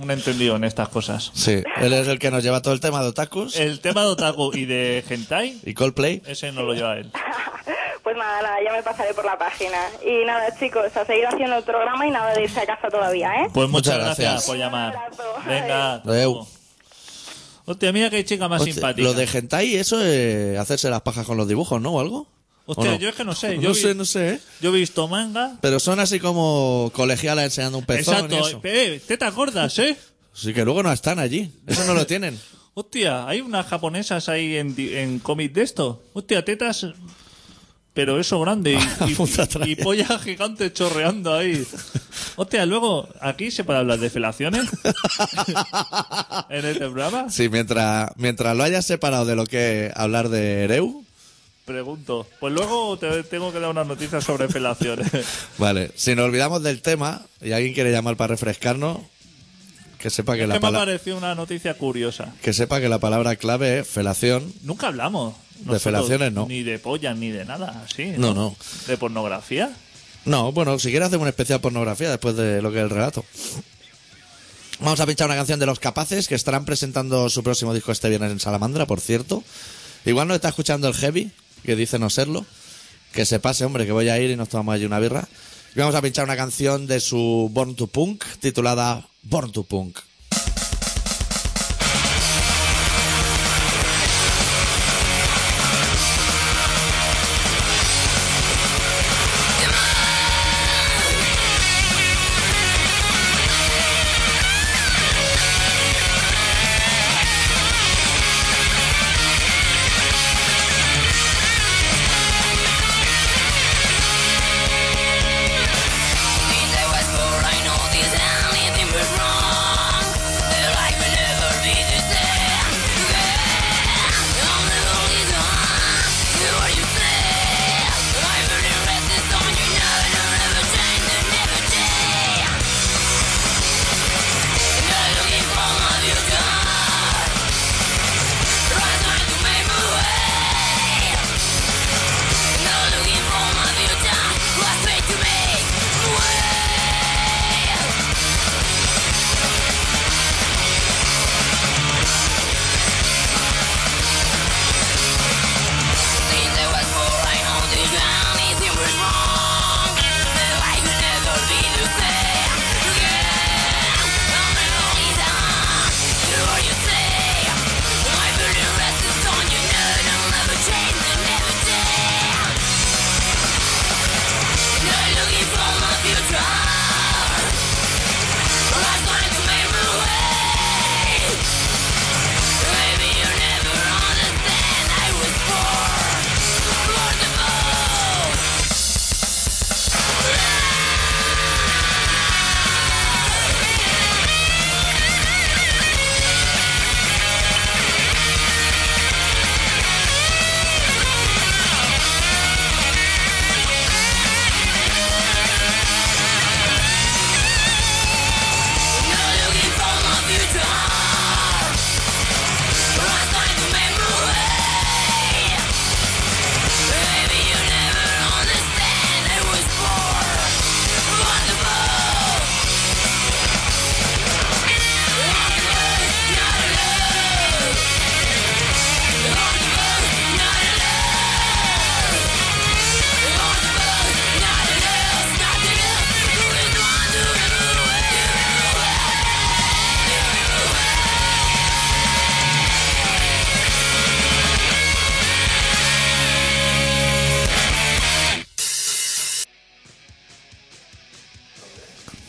un entendido en estas cosas.
Sí. Él es el que nos lleva todo el tema de otakus
El tema de Otaku y de Hentai,
y Coldplay.
ese no lo lleva él.
Pues nada, nada, ya me pasaré por la página. Y nada, chicos, a seguir haciendo el programa y nada de irse a casa todavía, ¿eh?
Pues muchas,
Muchas
gracias.
gracias.
por llamar.
Un abrazo.
Venga. hasta
Adeu.
luego. Hostia, mira qué chica más
Hostia,
simpática.
Lo de hentai, eso es hacerse las pajas con los dibujos, ¿no? ¿O algo? ¿O
Hostia,
no?
yo es que
[LAUGHS]
no sé. Yo
No
vi-
sé, no sé, ¿eh?
Yo he visto manga.
Pero son así como colegialas enseñando un pezón y eso.
Exacto. Eh, eh, tetas gordas, ¿eh?
Sí, que luego no están allí. Eso no lo tienen.
Hostia, hay unas japonesas ahí en, di- en cómic de esto. Hostia, tetas... Pero eso grande y,
[LAUGHS]
y,
Puta traya.
y polla gigante chorreando ahí. Hostia, luego, aquí se puede hablar de
[LAUGHS]
felaciones. en este programa.
Sí, mientras, mientras lo hayas separado de lo que es hablar de Ereu,
Pregunto. Pues luego te tengo que dar una noticia sobre felaciones.
Vale, si nos olvidamos del tema y alguien quiere llamar para refrescarnos, que sepa que, [LAUGHS]
Es
la,
que me ha
pala-
parecido una noticia curiosa.
que, sepa que la palabra clave es felación.
Nunca hablamos.
felaciones, no.
Ni de pollas, ni de nada, así.
No, no.
¿De pornografía?
No, bueno, si quieres hacemos un especial pornografía después de lo que es el relato. Vamos a pinchar una canción de Los Capaces que estarán presentando su próximo disco este viernes en Salamandra, por cierto. Igual no está escuchando el Heavy, que dice no serlo. Que se pase, hombre, que voy a ir y nos tomamos allí una birra. Y vamos a pinchar una canción de su Born to Punk titulada Born to Punk.
I know this and anything was wrong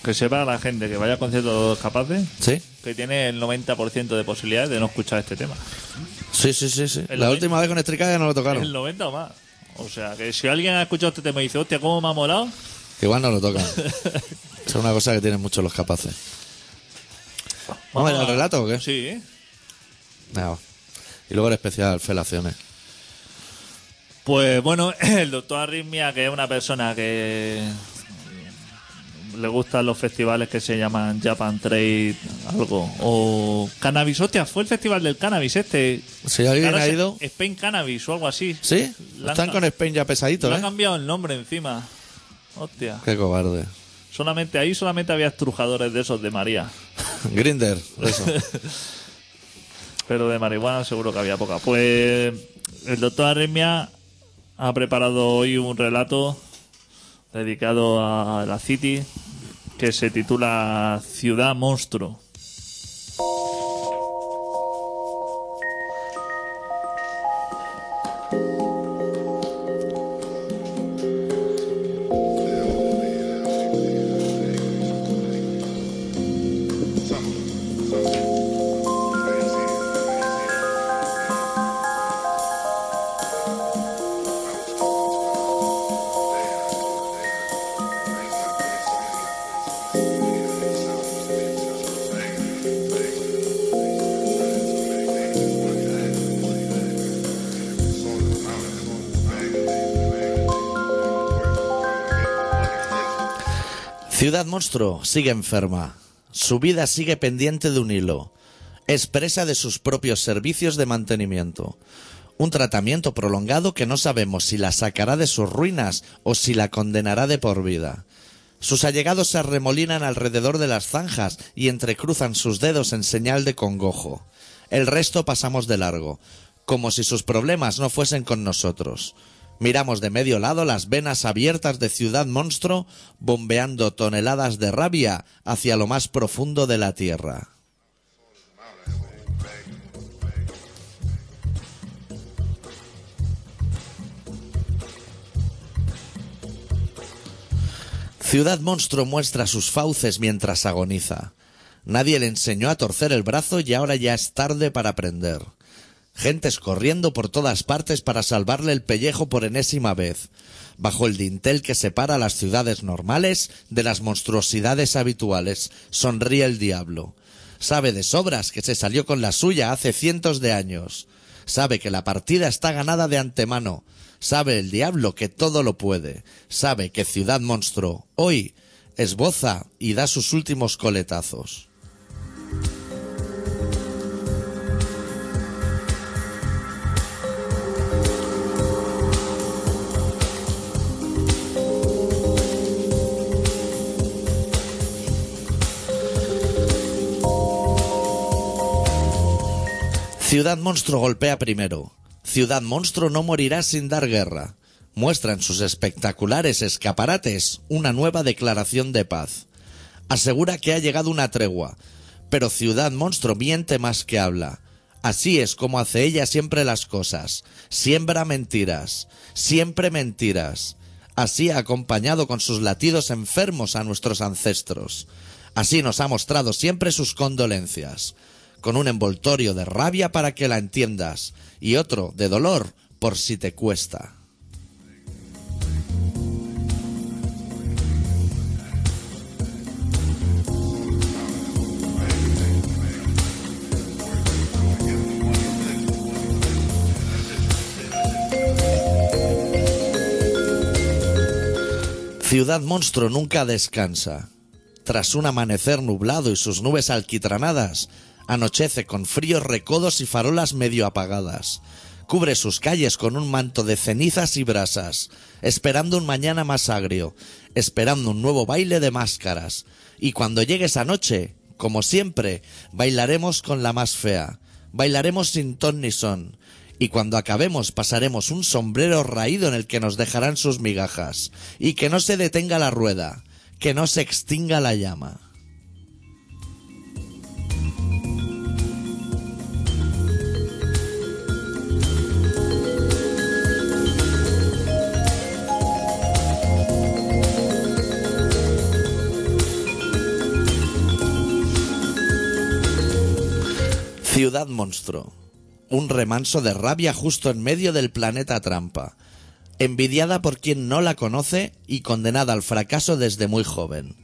que sepa la gente que vaya a conciertos capaces
¿Sí?
que tiene el 90% de posibilidades de no escuchar este tema.
Sí, sí, sí. sí.
El
La
domingo.
última vez con Estricada no lo
El
tocaron.
90 o más. O sea, que si alguien ha escuchado este tema y dice, hostia, ¿cómo me ha molado?
Igual no lo [LAUGHS] tocan. es una cosa que tienen muchos los capaces. ¿Vamos a ir al relato o qué?
Sí, ¿eh?
Nada. Y luego el especial Felaciones.
Pues bueno, [CLEARS THROAT] el doctor Arritmia, que es una persona que le gustan los festivales que se llaman Japan Trade, algo. O Cannabis, hostia, fue el festival del cannabis este.
Si alguien
Ahora
ha
se-
ido-
Spain Cannabis o algo así.
¿Sí?
Le han
Están
ca-
con Spain ya
Le
pesadito,
ha
¿eh?
cambiado el nombre encima. Hostia.
Qué cobarde.
Solamente ahí solamente había estrujadores de esos de María.
Grinder, eso.
Pero de marihuana seguro que había poca. Pues el doctor Arritmia ha preparado hoy un relato dedicado a la City que se titula Ciudad Monstruo.
Ciudad Monstruo sigue enferma. Su vida sigue pendiente de un hilo. Es presa de sus propios servicios de mantenimiento. Un tratamiento prolongado que no sabemos si la sacará de sus ruinas o si la condenará de por vida. Sus allegados se arremolinan alrededor de las zanjas y entrecruzan sus dedos en señal de congojo. El resto pasamos de largo, como si sus problemas no fuesen con nosotros. Miramos de medio lado las venas abiertas de Ciudad Monstruo, bombeando toneladas de rabia hacia lo más profundo de la tierra. Ciudad Monstruo muestra sus fauces mientras agoniza. Nadie le enseñó a torcer el brazo y ahora ya es tarde para aprender. Gentes corriendo por todas partes para salvarle el pellejo por enésima vez, bajo el dintel que separa las ciudades normales de las monstruosidades habituales, sonríe el diablo. Sabe de sobras que se salió con la suya hace cientos de años. Sabe que la partida está ganada de antemano. Sabe el diablo que todo lo puede. Sabe que Ciudad Monstruo hoy esboza y da sus últimos coletazos. Ciudad Monstruo golpea primero. Ciudad Monstruo no morirá sin dar guerra. Muestra en sus espectaculares escaparates una nueva declaración de paz. Asegura que ha llegado una tregua, pero Ciudad Monstruo miente más que habla. Así es como hace ella siempre las cosas. Siembra mentiras, siempre mentiras. Así ha acompañado con sus latidos enfermos a nuestros ancestros. Así nos ha mostrado siempre sus condolencias con un envoltorio de rabia para que la entiendas y otro de dolor por si te cuesta. Ciudad Monstruo nunca descansa. Tras un amanecer nublado y sus nubes alquitranadas, anochece con fríos recodos y farolas medio apagadas. Cubre sus calles con un manto de cenizas y brasas, esperando un mañana más agrio, esperando un nuevo baile de máscaras. Y cuando llegue esa noche, como siempre, bailaremos con la más fea, bailaremos sin ton ni son, y cuando acabemos pasaremos un sombrero raído en el que nos dejarán sus migajas, y que no se detenga la rueda, que no se extinga la llama. Ciudad Monstruo. Un remanso de rabia justo en medio del planeta trampa. Envidiada por quien no la conoce y condenada al fracaso desde muy joven.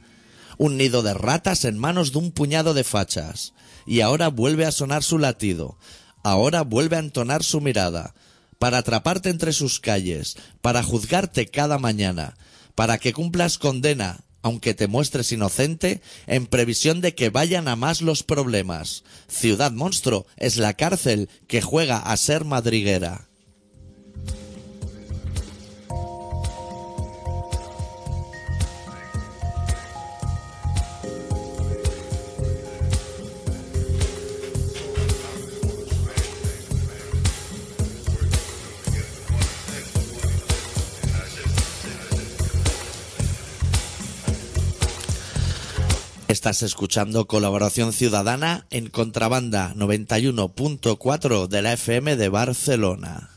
Un nido de ratas en manos de un puñado de fachas. Y ahora vuelve a sonar su latido. Ahora vuelve a entonar su mirada. Para atraparte entre sus calles. Para juzgarte cada mañana. Para que cumplas condena, aunque te muestres inocente, en previsión de que vayan a más los problemas. Ciudad Monstruo es la cárcel que juega a ser madriguera. Estás escuchando Colaboración Ciudadana en Contrabanda 91.4 de la FM de Barcelona.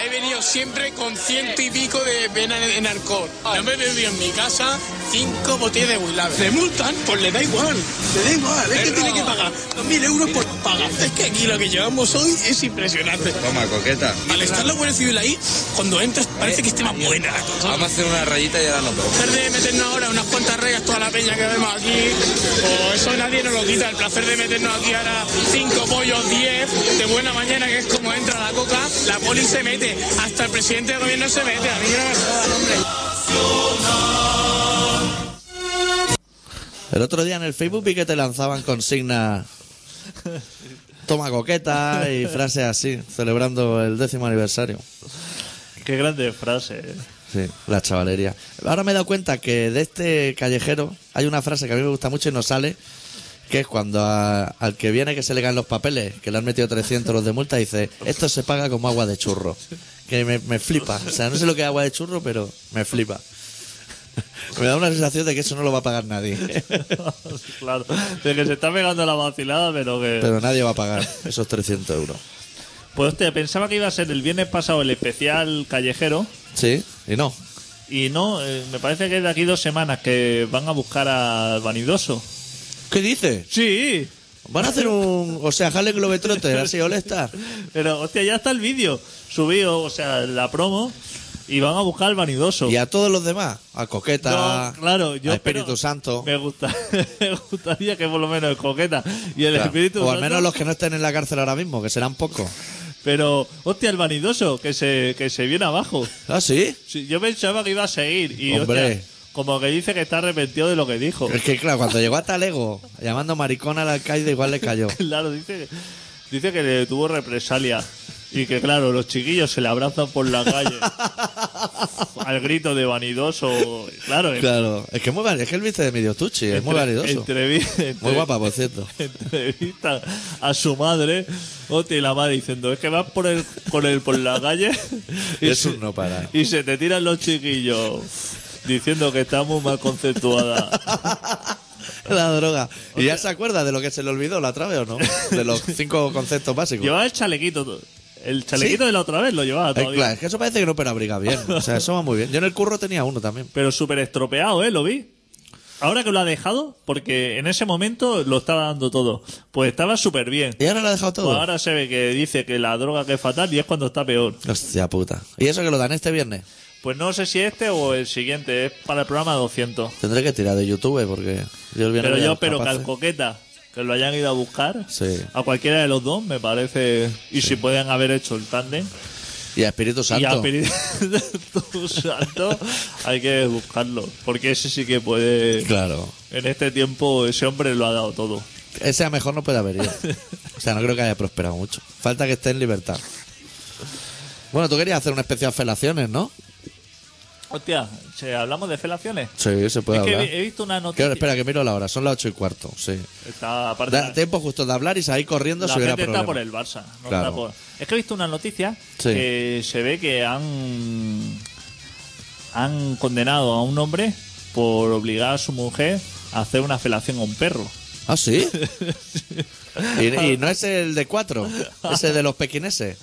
He venido siempre con ciento y pico de pena en, en alcohol. No me he bebido en mi casa cinco botellas de Willabe. Le multan, pues le da igual. Le da igual, es que tiene que pagar dos mil euros por pagar. Es que aquí lo que llevamos hoy es impresionante.
Toma, coqueta.
Al estar la Guardia Civil ahí, cuando entras parece que esté más buena la cosa.
Vamos a hacer una rayita y ahora nos vemos.
placer de meternos ahora unas cuantas rayas toda la peña que vemos aquí, o eso nadie nos lo quita, el placer de meternos aquí ahora cinco pollos, diez, de buena mañana que es como entra la coca, la poli se mete, hasta el presidente del gobierno se mete, a mí no me jodan, hombre.
El otro día en el Facebook vi que te lanzaban consigna Toma coqueta y frases así, celebrando el décimo aniversario.
Qué grande frase. ¿eh? [LAUGHS]
Sí, la chavalería. Ahora me he dado cuenta que de este callejero hay una frase que a mí me gusta mucho y no sale, que es cuando a- al que viene que se le caen los papeles, que le han metido 300 los de multa, dice, esto se paga como agua de churro. Que me, me flipa. O sea, no sé lo que es agua de churro, pero me flipa. [LAUGHS] Me da una sensación de que eso no lo va a pagar nadie. [LAUGHS]
claro. De que se está pegando la vacilada, pero que.
Pero nadie va a pagar esos 300 euros.
Pues hostia, pensaba que iba a ser el viernes pasado el especial callejero.
Sí, y no.
Y no, eh, me parece que es de aquí dos semanas que van a buscar al vanidoso.
¿Qué dices?
Sí.
Van a hacer un... O sea, Harlem Globetrotter, así, All-Star.
Pero hostia, ya está el vídeo subido, o sea, la promo. Y van a buscar al vanidoso.
Y a todos los demás, a Coqueta,
No, claro, yo
a Espíritu
espero-
Santo.
Me, gusta, [LAUGHS] me gustaría que por lo menos el coqueta y el
Claro.
espíritu.
o al
Santo-
menos los que no estén en la cárcel ahora mismo, que serán pocos.
Pero, hostia, el vanidoso, que se, que se viene abajo.
Ah, sí.
Sí, yo pensaba que iba a seguir. Y,
Hombre.
hostia, como que dice que está arrepentido de lo que dijo. [LAUGHS]
Es que claro, cuando llegó a Talego, llamando maricón al alcaide, igual le cayó.
Claro, dice, dice que le tuvo represalia. Y que claro, los chiquillos se le abrazan por la
[LAUGHS]
calle. al grito de vanidoso. Claro, en-
Claro, es que, es muy, val- es que el viste de medio tuchi, es muy
entre-
validoso.
entrevi- entre-
Muy guapa, por
[LAUGHS]
cierto.
Entrevista a su madre, hostia, y la madre diciendo, es que vas por el, con él por
[LAUGHS]
la calle y,
Es
se-
un no parar.
y se te tiran los chiquillos diciendo que está muy
[LAUGHS]
mal conceptuada.
La droga. ¿Y ya se acuerda de lo que se le olvidó la otra vez o no? De los cinco conceptos básicos.
Llevaba el chalequito. El chalequito
¿Sí?
de la otra vez lo llevaba
Eh,
todavía.
claro, es que eso parece que no pero abriga bien. O sea, eso va muy bien. Yo en el curro tenía uno también.
Pero súper estropeado, ¿eh? Lo vi. Ahora que lo ha dejado, porque en ese momento lo estaba dando todo. Pues estaba súper bien.
¿Y ahora lo ha dejado
Pues
todo?
ahora se ve que dice que la droga que es fatal y es cuando está peor.
Hostia puta. ¿Y eso que lo dan este viernes?
Pues no sé si este o el siguiente, es para el programa 200.
Tendré que tirar de YouTube eh, porque yo el viernes
Pero
voy a
yo
los
espero que
capaces.
al coqueta, que lo hayan ido a buscar,
¿eh? Sí.
a cualquiera de los dos, me parece. Y si pueden haber hecho el tándem.
Y a Espíritu Santo.
Y a [LAUGHS] Espíritu Santo hay que buscarlo. Porque ese sí que puede.
Claro.
En este tiempo ese hombre lo ha dado todo.
Ese a mejor no puede haber
[LAUGHS]
ido. O sea, no creo que haya prosperado mucho. Falta que esté en libertad. Bueno, tú querías hacer una especial felaciones, ¿no?
Hostia, che, hablamos de felaciones.
Sí, se puede
es que eh,
hablar.
he he visto una
¿Qué
noticia.
hora? Espera, que miro la hora. Son las ocho y cuarto, sí.
Está, aparte,
Da tiempo justo de hablar y salir corriendo
la
si
gente
hubiera
está
problema.
por el Barça. no
Claro.
está por- Es que he visto una noticia
Sí.
que se ve que han han condenado a un hombre por obligar a su mujer a hacer una felación a un perro. [LAUGHS]
¿Ah, sí? y, y no es el de cuatro, ese de los pequineses.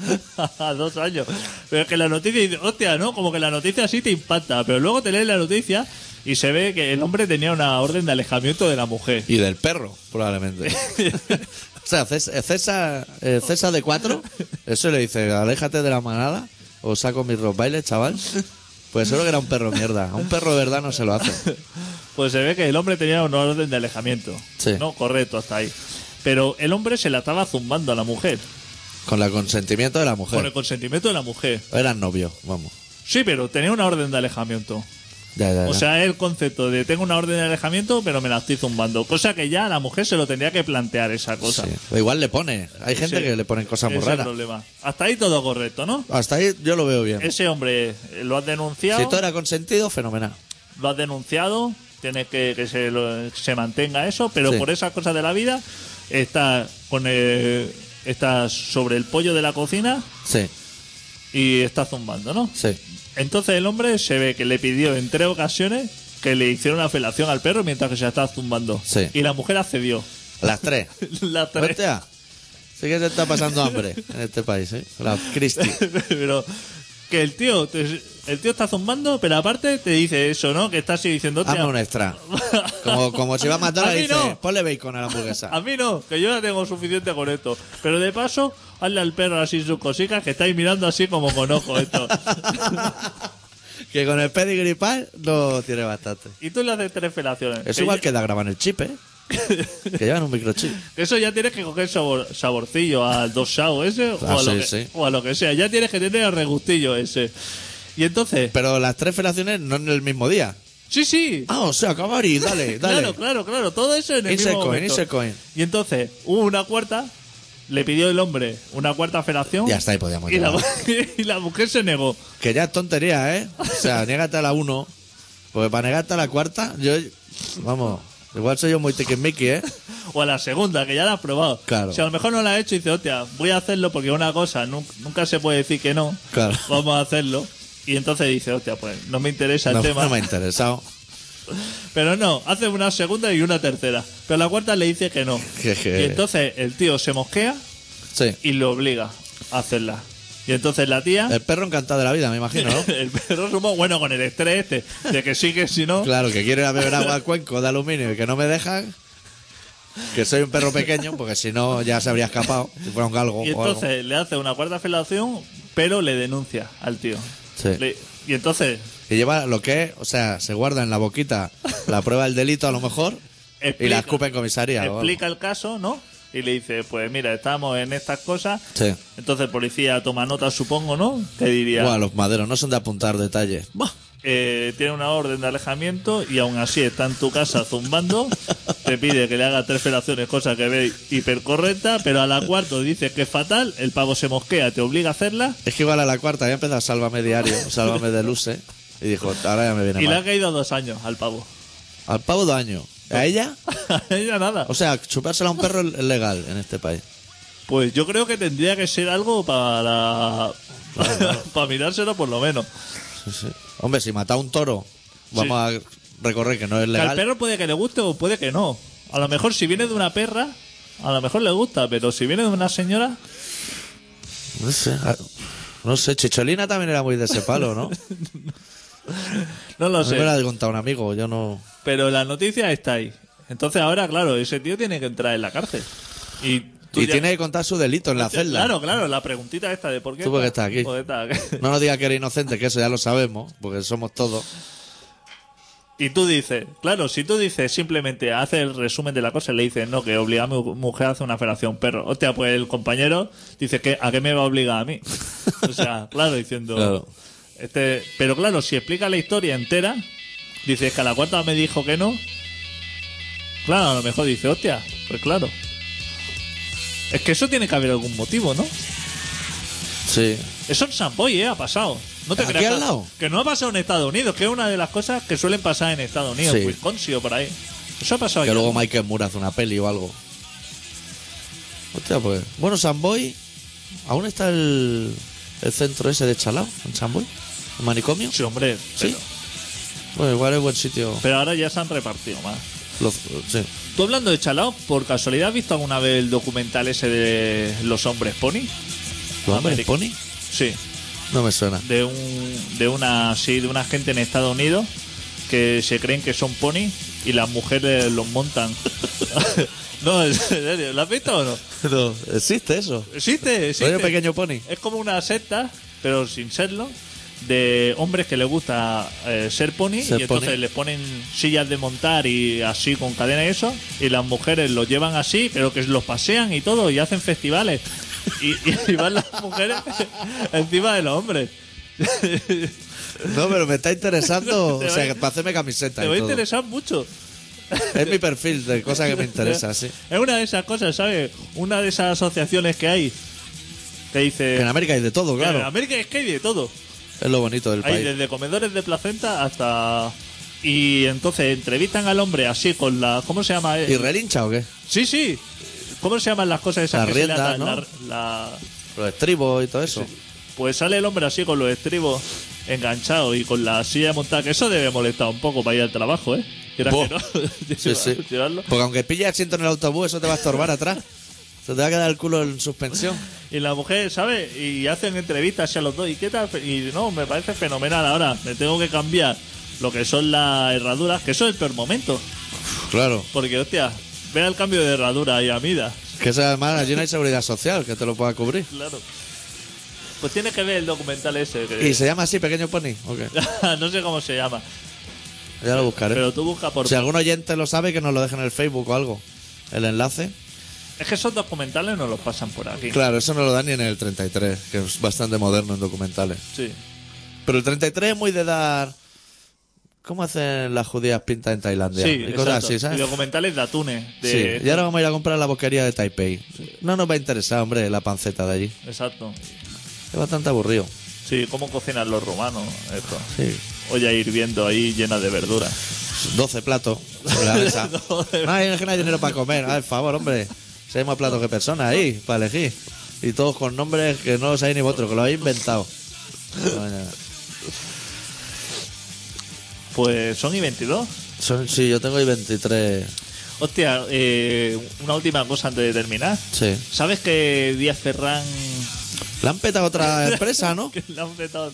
A dos años. Pero es que la noticia, dice, hostia, ¿no? Como que la noticia sí te impacta, pero luego te lees la noticia y se ve que el hombre tenía una orden de alejamiento de la mujer.
Y del perro, probablemente. O sea, César, César, eh, César de cuatro, eso le dice, aléjate de la manada o saco mis rock bailes, chaval. Pues seguro que era un perro mierda. A un perro de verdad no se lo hace.
Pues se ve que el hombre tenía un orden de alejamiento.
Sí.
¿No? Correcto, hasta ahí. Pero el hombre se la estaba zumbando a la mujer,
Con el consentimiento de la
con el
mujer.
consentimiento de la mujer.
Eran novios, vamos.
Sí, pero tenía una orden de alejamiento.
Ya, ya,
O
ya.
sea, el concepto de tengo una orden de alejamiento, pero me la estoy zumbando. Cosa que ya a la mujer se lo tendría que plantear esa cosa.
Sí. O Igual le pone. Hay gente
Sí.
que le ponen cosas
Ese
muy
es el
raras.
problema. Hasta ahí todo correcto, ¿no?
Hasta ahí yo lo veo bien.
Ese hombre eh, lo has denunciado,
Si todo era consentido, fenomenal.
lo has denunciado, tienes que que se, lo- se mantenga eso, pero
Sí.
por esas cosas de la vida está con el- está sobre el pollo de la cocina
Sí,
y está zumbando, ¿no?
sí.
Entonces el hombre se ve que le pidió en tres ocasiones que le hiciera una felación al perro mientras que se la estaba zumbando.
Sí.
Y la mujer accedió. [LAUGHS]
Las tres.
Las tres.
Hostia. Sí que se está pasando hambre en este país, ¿eh? La Christie.
[LAUGHS] pero que el tío te- el tío está zumbando, pero aparte te dice eso, ¿no? Que está así diciendo, "Hostia,
Hazme
[LAUGHS]
un extra. Como, como si va a matar
A
a
mí
dice,
no.
ponle bacon a la
a
hamburguesa. [LAUGHS]
mí no, que yo ya tengo suficiente con esto. Pero de paso, hazle al perro así sus cositas que estáis mirando así como con
[LAUGHS]
ojo esto.
que con el pedigripal no tiene bastante.
y tú le haces tres felaciones.
Es
Que
igual
ya-
que da graban el chip, ¿eh?
[LAUGHS]
que llevan un microchip.
Eso ya tienes que coger sabor- saborcillo al dosao ese o,
Ah,
a lo
sí,
que,
sí.
o a lo que sea. Ya tienes que tener el regustillo ese. Y entonces,
Pero las tres felaciones no en el mismo día.
sí, sí.
Ah, o sea, acabar y
[LAUGHS]
dale, dale.
Claro, claro, claro. Todo eso en el
Insert
mismo
coin,
momento.
insert coin.
Y entonces hubo una cuarta, le pidió el hombre una cuarta felación.
Ya está, ahí podíamos
y la,
llegar.
[LAUGHS] y la mujer se negó.
Que ya es tontería, ¿eh? O sea, niégate a la uno. Porque para negarte a la cuarta, yo. Vamos, igual soy yo muy tiquismiqui, ¿eh?
[LAUGHS] O a la segunda, que ya la has probado.
Claro.
Si a lo mejor no la has hecho y dices, hostia, voy a hacerlo porque una cosa nun- nunca, se puede decir que no.
Claro.
Vamos a hacerlo. Y entonces dice, hostia, pues no me interesa el
No,
tema.
no me ha interesado.
Pero no, hace una segunda y una tercera. Pero la cuarta le dice que no.
Jeje.
Y entonces el tío se mosquea
Sí.
y lo obliga a hacerla. Y entonces la tía,
El perro encantado de la vida, me imagino, ¿no?
[LAUGHS] el perro sumo, bueno, con el estrés este, de que sí, que si no.
Claro, que quiero ir a beber agua al cuenco de aluminio y que no me dejan. Que soy un perro pequeño, porque si no ya se habría escapado. Si fuera un galgo o
Y
algo.
entonces le hace una cuarta felación, pero le denuncia al tío.
Sí.
Le- y entonces
Y lleva lo que es, o sea, se guarda en la boquita la prueba del delito a lo mejor y
Explica.
la escupe en comisaría. o algo.
explica el caso, ¿no? Y le dice, pues mira, estamos en estas cosas.
Sí.
Entonces el policía toma nota, supongo, ¿no? Que diría,
Buah, los maderos no son de apuntar detalles.
"Buah, eh, tiene una orden de alejamiento y aún así está en tu casa zumbando. te pide que le haga tres felaciones, cosa que ve hipercorrecta, pero a la cuarta dice que es fatal, el pavo se mosquea, te obliga a hacerla
Es que igual a la cuarta había empezado Sálvame Diario, Sálvame de Luce. Y dijo, ahora ya me viene
y le ha
mal.
caído dos años al pavo. [LAUGHS]
Al pavo dos años. ¿A ella?
Ella nada.
O sea, chupársela a un perro es legal en este país.
Pues yo creo que tendría que ser algo para, [LAUGHS] para, mirárselo por lo menos.
Sí, sí. Hombre, si mata a un toro, vamos a recorrer que no es
Que al
legal.
perro puede que le guste o puede que no. A lo mejor si viene de una perra, a lo mejor le gusta, pero si viene de una señora,
No sé. a- No sé, Chicholina también era muy de ese palo,
[LAUGHS]
¿no? No
no lo
me lo
sé.
ha contado un amigo, yo no.
Pero la noticia está ahí. Entonces ahora, claro, ese tío tiene que entrar en la cárcel. Y, tú
Y
ya-
tiene que contar su delito en la celda.
Claro, claro, la preguntita esta de por qué...
Tú porque estás aquí.
por qué estás aquí.
No nos diga que eres inocente, que eso ya lo sabemos, porque somos todos.
Y tú dices, claro, si tú dices simplemente hace el resumen de la cosa y le dices, no, que obliga a mi mujer a hacer una felación perro. Hostia, pues el compañero dice, que ¿a qué me va a obligar a mí? [LAUGHS] O sea, claro, diciendo.
Claro.
Este, pero claro, si explica la historia entera, dices que a la cuarta me dijo que no. Claro, a lo mejor dice, hostia, pues claro. Es que eso tiene que haber algún motivo, ¿no?
Sí.
Eso en San Boy, ¿eh? Ha pasado. No te
¿Aquí
creas
al
que-
lado?
Que no ha pasado en Estados Unidos, que es una de las cosas que suelen pasar en Estados Unidos,
Sí.
Wisconsin o por ahí. Eso ha pasado
Que
ya.
luego Michael Moore hace una peli o algo. Hostia, pues. Bueno, Samboy. ¿Aún está el, el centro ese de Chalao? ¿En Samboy? ¿El manicomio?
Sí, hombre.
Sí.
Pero,
Bueno, igual es buen sitio.
pero ahora ya se han repartido más.
Lo- sí.
Tú hablando de Chalao, ¿por casualidad has visto alguna vez el documental ese de los hombres pony?
¿Los hombres
Ameri-
pony?
Sí.
No me suena.
de un de una sí, de una gente en Estados Unidos que se creen que son ponis y las mujeres los montan [LAUGHS] No, en serio, ¿lo has visto o [LAUGHS] no?
No, existe eso.
Existe, existe.
Rollo pequeño pony.
Es como una secta, pero sin serlo, de hombres que les gusta eh, ser pony
Ser
y entonces
pony.
les ponen sillas de montar y así con cadena y eso, y las mujeres los llevan así, pero que los pasean y todo, y hacen festivales. Y, y- y [LAUGHS] van las mujeres encima de los hombres.
No, pero me está
[LAUGHS]
interesando.
Te
o sea,
va-
que para hacerme camiseta.
Te va a
y todo.
interesar mucho.
Es mi perfil de cosas que me interesa, sí.
[LAUGHS] Es una de esas cosas, ¿sabes? Una de esas asociaciones que hay. Que dice.
Que en América hay de todo,
En
claro.
América es que hay de todo.
Es lo bonito del
eh, Hay
país.
desde comedores de placenta hasta. Y entonces entrevistan al hombre así con la. ¿Cómo se llama?
¿Y relincha o qué?
Sí, sí. ¿Cómo se llaman las cosas esas
La
que se le
rienda,
atan?
¿no?
La- la-
Los estribos y todo eso.
Pues sale el hombre así con los estribos enganchados y con la silla de montar, que eso debe molestar un poco para ir al trabajo, ¿eh? Quieras
Buah.
que no, [LAUGHS]
Sí, sí.
llevarlo.
Porque aunque pille asiento en el autobús, eso te va a estorbar atrás. Se te va a quedar el culo en suspensión.
Y la mujer, ¿sabes? Y hacen entrevistas a los dos. ¿Y qué tal? Y no, me parece fenomenal ahora. Me tengo que cambiar lo que son las herraduras, que eso es el peor momento.
Claro.
Porque, hostia, vea el cambio de herradura y amida.
Que eso además allí no hay seguridad social que te lo pueda cubrir.
Claro. Pues tienes que ver el documental ese. que-
¿Y se llama así Pequeño Pony? Ok.
[LAUGHS] no sé cómo se llama.
Ya lo buscaré.
Pero tú busca por...
si algún oyente lo sabe, que nos lo deje en el Facebook o algo. El enlace.
Es que esos documentales no los pasan por aquí.
Claro, eso no lo dan ni en el 33, que es bastante moderno en documentales.
Sí.
Pero el 33 es muy de dar. ¿Cómo hacen las judías pintas en Tailandia?
Sí,
y cosas
exacto.
así,
Y
¿sabes?
documentales de atunes. De...
Sí, y ahora vamos a ir a comprar la boquería de Taipei. No nos va a interesar, hombre, la panceta de allí.
Exacto.
Es bastante aburrido.
Sí, cómo cocinan los romanos esto.
Sí.
Olla hirviendo ahí llena de verduras.
12 platos sobre la [LAUGHS] mesa.
No, de-
no, hay, es que no hay dinero para comer. Ay, por favor, hombre. Si hay más platos que personas ahí para elegir. Y todos con nombres que no los sabéis ni vosotros, que lo habéis inventado. Bueno,
Pues son y 22.
son- sí, yo tengo ahí 23.
Hostia, eh, una última cosa antes de terminar.
Sí.
¿Sabes que Díaz Ferrán...
La han petado otra empresa, ¿no?
[LAUGHS] que le han petado?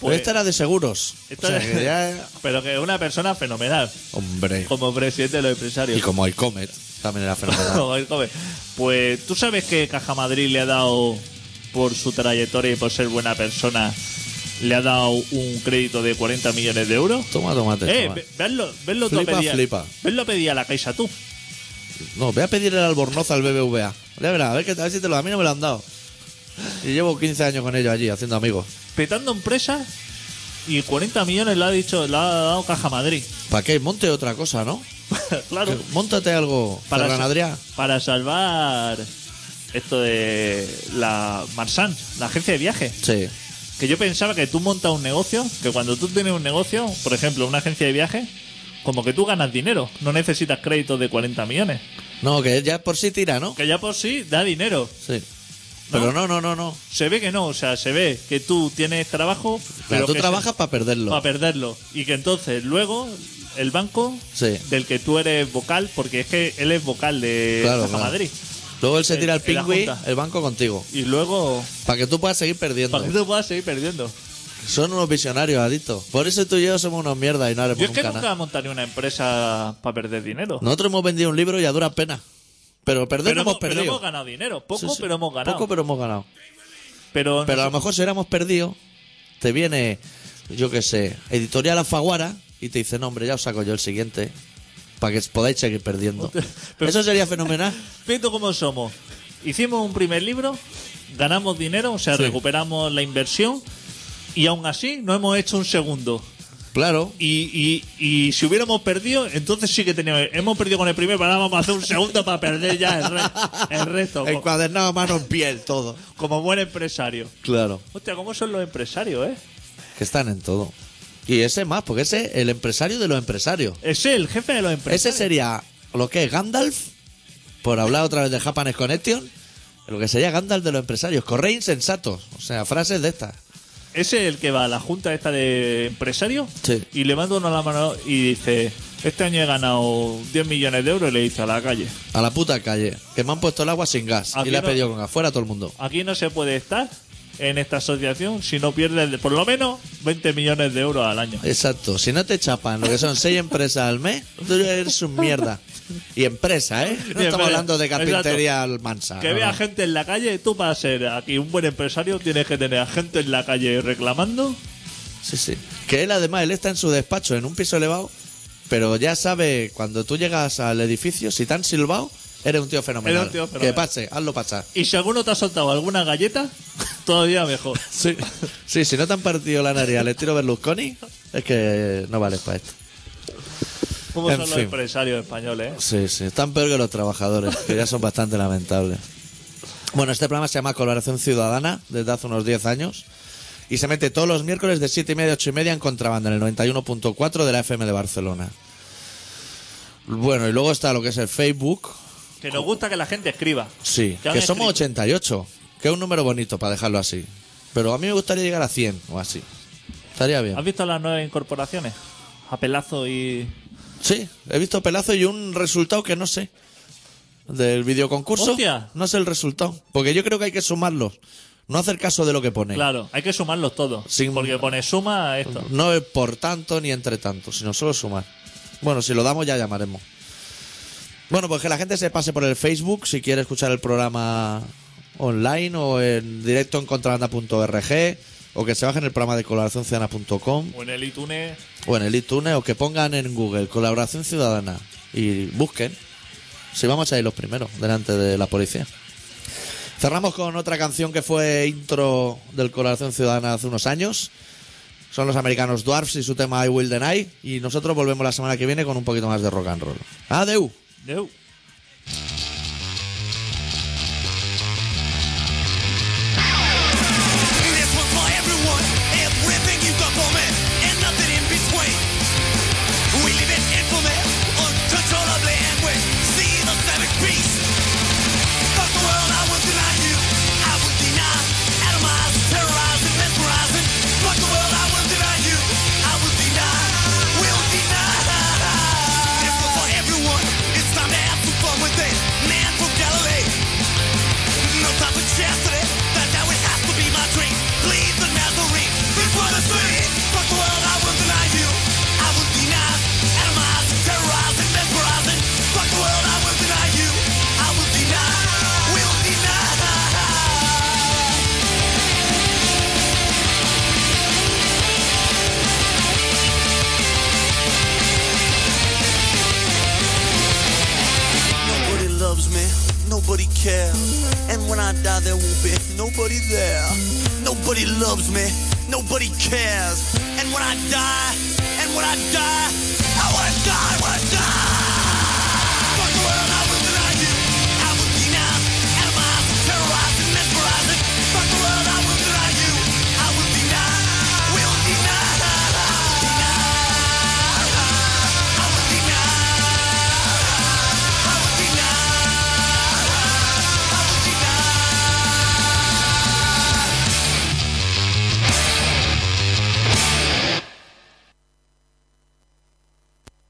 Pues esta era de seguros.
esta
O sea,
era-
que
[LAUGHS]
ya-
Pero que es una persona fenomenal
Hombre.
como presidente de los
Y
empresarios.
como hay Comet, también era fenomenal.
[LAUGHS] Como el Kobe. Pues tú sabes que Caja Madrid le ha dado, por su trayectoria y por ser buena persona, le ha dado un crédito de 40 millones de euros.
Toma tomate.
Eh,
toma.
ve- verlo, verlo
Flipa,
tú pedía,
flipa.
Verlo pedía la Caixa tú.
No, voy a pedir el albornoz al BBVA. Ya verás, a ver, que, a ver si te lo... A mí no me lo han dado. Y llevo 15 años con ellos allí, haciendo amigos.
Petando empresas y 40 millones le ha dicho, le ha dado Caja Madrid. [LAUGHS]
¿Para qué? Monte otra cosa, ¿no?
claro.
Que- Móntate algo para
sa-
Adrián.
para salvar esto de la Marsan, la agencia de viajes.
Sí.
Que yo pensaba que tú montas un negocio, que cuando tú tienes un negocio, por ejemplo, una agencia de viajes, como que tú ganas dinero, no necesitas créditos de 40 millones.
No, que ya por sí tira, ¿no?
Que ya por sí da dinero.
Sí. Pero no, no, no, no.
Se ve que no, o sea, se ve que tú tienes trabajo,
Claro,
pero
tú
que
trabajas para perderlo.
para perderlo. Y que entonces luego el banco
Sí.
del que tú eres vocal, porque es que él es vocal de
Claro,
Caja
claro.
Madrid,
Luego él se
en-
tira el
en la
pingüí,
junta.
el banco contigo.
y luego
Para que tú puedas seguir perdiendo.
para que tú puedas seguir perdiendo.
Son unos visionarios, adictos. Por eso tú y yo somos unos mierdas y no haremos
Yo es que
nunca
nunca
nada.
montaré una empresa para perder dinero.
Nosotros hemos vendido un libro y a duras penas. Pero perder no hemos perdido.
pero hemos ganado dinero. Poco,
Sí, sí.
pero hemos ganado.
Poco, pero hemos ganado.
Pero,
Pero a lo mejor si hubiéramos perdido, te viene, yo qué sé, Editorial Alfaguara y te dice, no, hombre, ya os saco yo el siguiente. Para que podáis seguir perdiendo.
Pero-
Eso sería fenomenal.
viendo cómo somos. Hicimos un primer libro, ganamos dinero, o sea,
Sí.
recuperamos la inversión y aún así no hemos hecho un segundo.
Claro.
Y, y- y si hubiéramos perdido, entonces sí que teníamos. Hemos perdido con el primero, pero ahora vamos a hacer un segundo para perder ya el, re-
[LAUGHS]
el resto.
El
Como,
cuadernado mano en piel, todo.
como buen empresario.
Claro.
Hostia, ¿cómo son los empresarios, eh?
Que están en todo. Y ese más, porque ese es el empresario de los empresarios.
Ese, el jefe de los empresarios.
Ese sería lo que es Gandalf, por hablar otra vez de Japan Connection, lo que sería Gandalf de los empresarios. Corre insensatos. O sea, frases de estas.
Ese es el que va a la junta esta de empresarios
Sí.
y levanta uno la mano y dice, este año he ganado 10 millones de euros y le dice a la calle,
A la puta calle. Que me han puesto el agua sin gas.
Aquí
y la he
no-
pedido con gas. Fuera todo el mundo.
aquí no se puede estar en esta asociación si no pierdes de- por lo menos 20 millones de euros al año.
Exacto. Si no te chapan lo que son seis empresas al mes, tú eres un mierda. Y empresa, ¿eh? No
Y
estamos
empresa.
hablando de carpintería
Exacto.
mansa.
Que
no,
vea
no.
gente en la calle, tú para ser aquí un buen empresario tienes que tener a gente en la calle reclamando.
Sí, sí. Que él además, él está en su despacho, en un piso elevado, pero ya sabe, cuando tú llegas al edificio, si te han silbado, eres un tío fenomenal.
Eres un tío fenomenal.
Que pase, hazlo pasar.
Y si alguno te ha soltado alguna galleta, [LAUGHS] todavía mejor.
Sí. [LAUGHS] sí, si no te han partido la nariz al estilo Berlusconi, es que no vales para esto.
¿Cómo
En
son los
fin.
empresarios españoles? eh?
Sí, sí, están peor que los trabajadores, que ya son bastante lamentables. Bueno, este programa se llama Colaboración Ciudadana desde hace unos 10 años y se mete todos los miércoles de 7 y media a 8 y media en contrabanda en el 91.4 de la FM de Barcelona. Bueno, y luego está lo que es el Facebook,
¿eh? Que nos gusta que la gente escriba.
sí,
han
que somos
escrito.
88, que es un número bonito para dejarlo así. Pero a mí me gustaría llegar a 100 o así. Estaría bien.
¿Has visto las nuevas incorporaciones? A pelazo y.
Sí, he visto pelazo y un resultado que no sé. Del videoconcurso.
Hostia.
No sé el resultado. Porque yo creo que hay que sumarlos. No hacer caso de lo que pone.
Claro, hay que sumarlos todos.
Sin-
Porque pone suma a esto.
No es por tanto ni entre tanto, sino solo sumar. Bueno, si lo damos ya llamaremos. Bueno, pues que la gente se pase por el Facebook si quiere escuchar el programa online o en directo en contrabanda.org o que se bajen el programa de colaboraciónciudadana.com
O en el iTunes.
o en el iTunes o que pongan en Google colaboración ciudadana y busquen. Si vamos a ir los primeros delante de la policía. Cerramos con otra canción que fue intro del Colaboración Ciudadana hace unos años. Son los americanos Dwarfs y su tema I Will Deny. Y nosotros volvemos la semana que viene con un poquito más de rock and roll. Adeu.
Deu.
This one for everyone, everything you got for me, and nothing in between. We live in infamy, uncontrollably, and we see the savage beast. Fuck the world, I will deny you. I will deny, atomize, terrorize, and mesmerizing. Fuck the world, I will deny you. I will deny, will deny. This one for everyone, it's time to have some fun with it. Man from Galilee. No time for chastity, that that would have to be my dream. Leave the Nazarene before the sea. Fuck the world, I will deny you. I will deny, atomize, terrorize, and mesmerize. And Fuck the world, I will deny you. I will deny, will deny. Nobody loves me, nobody cares. And when I die, there won't be nobody there. Nobody loves me, nobody cares. And when I die, and when I die, I wanna die, I wanna die!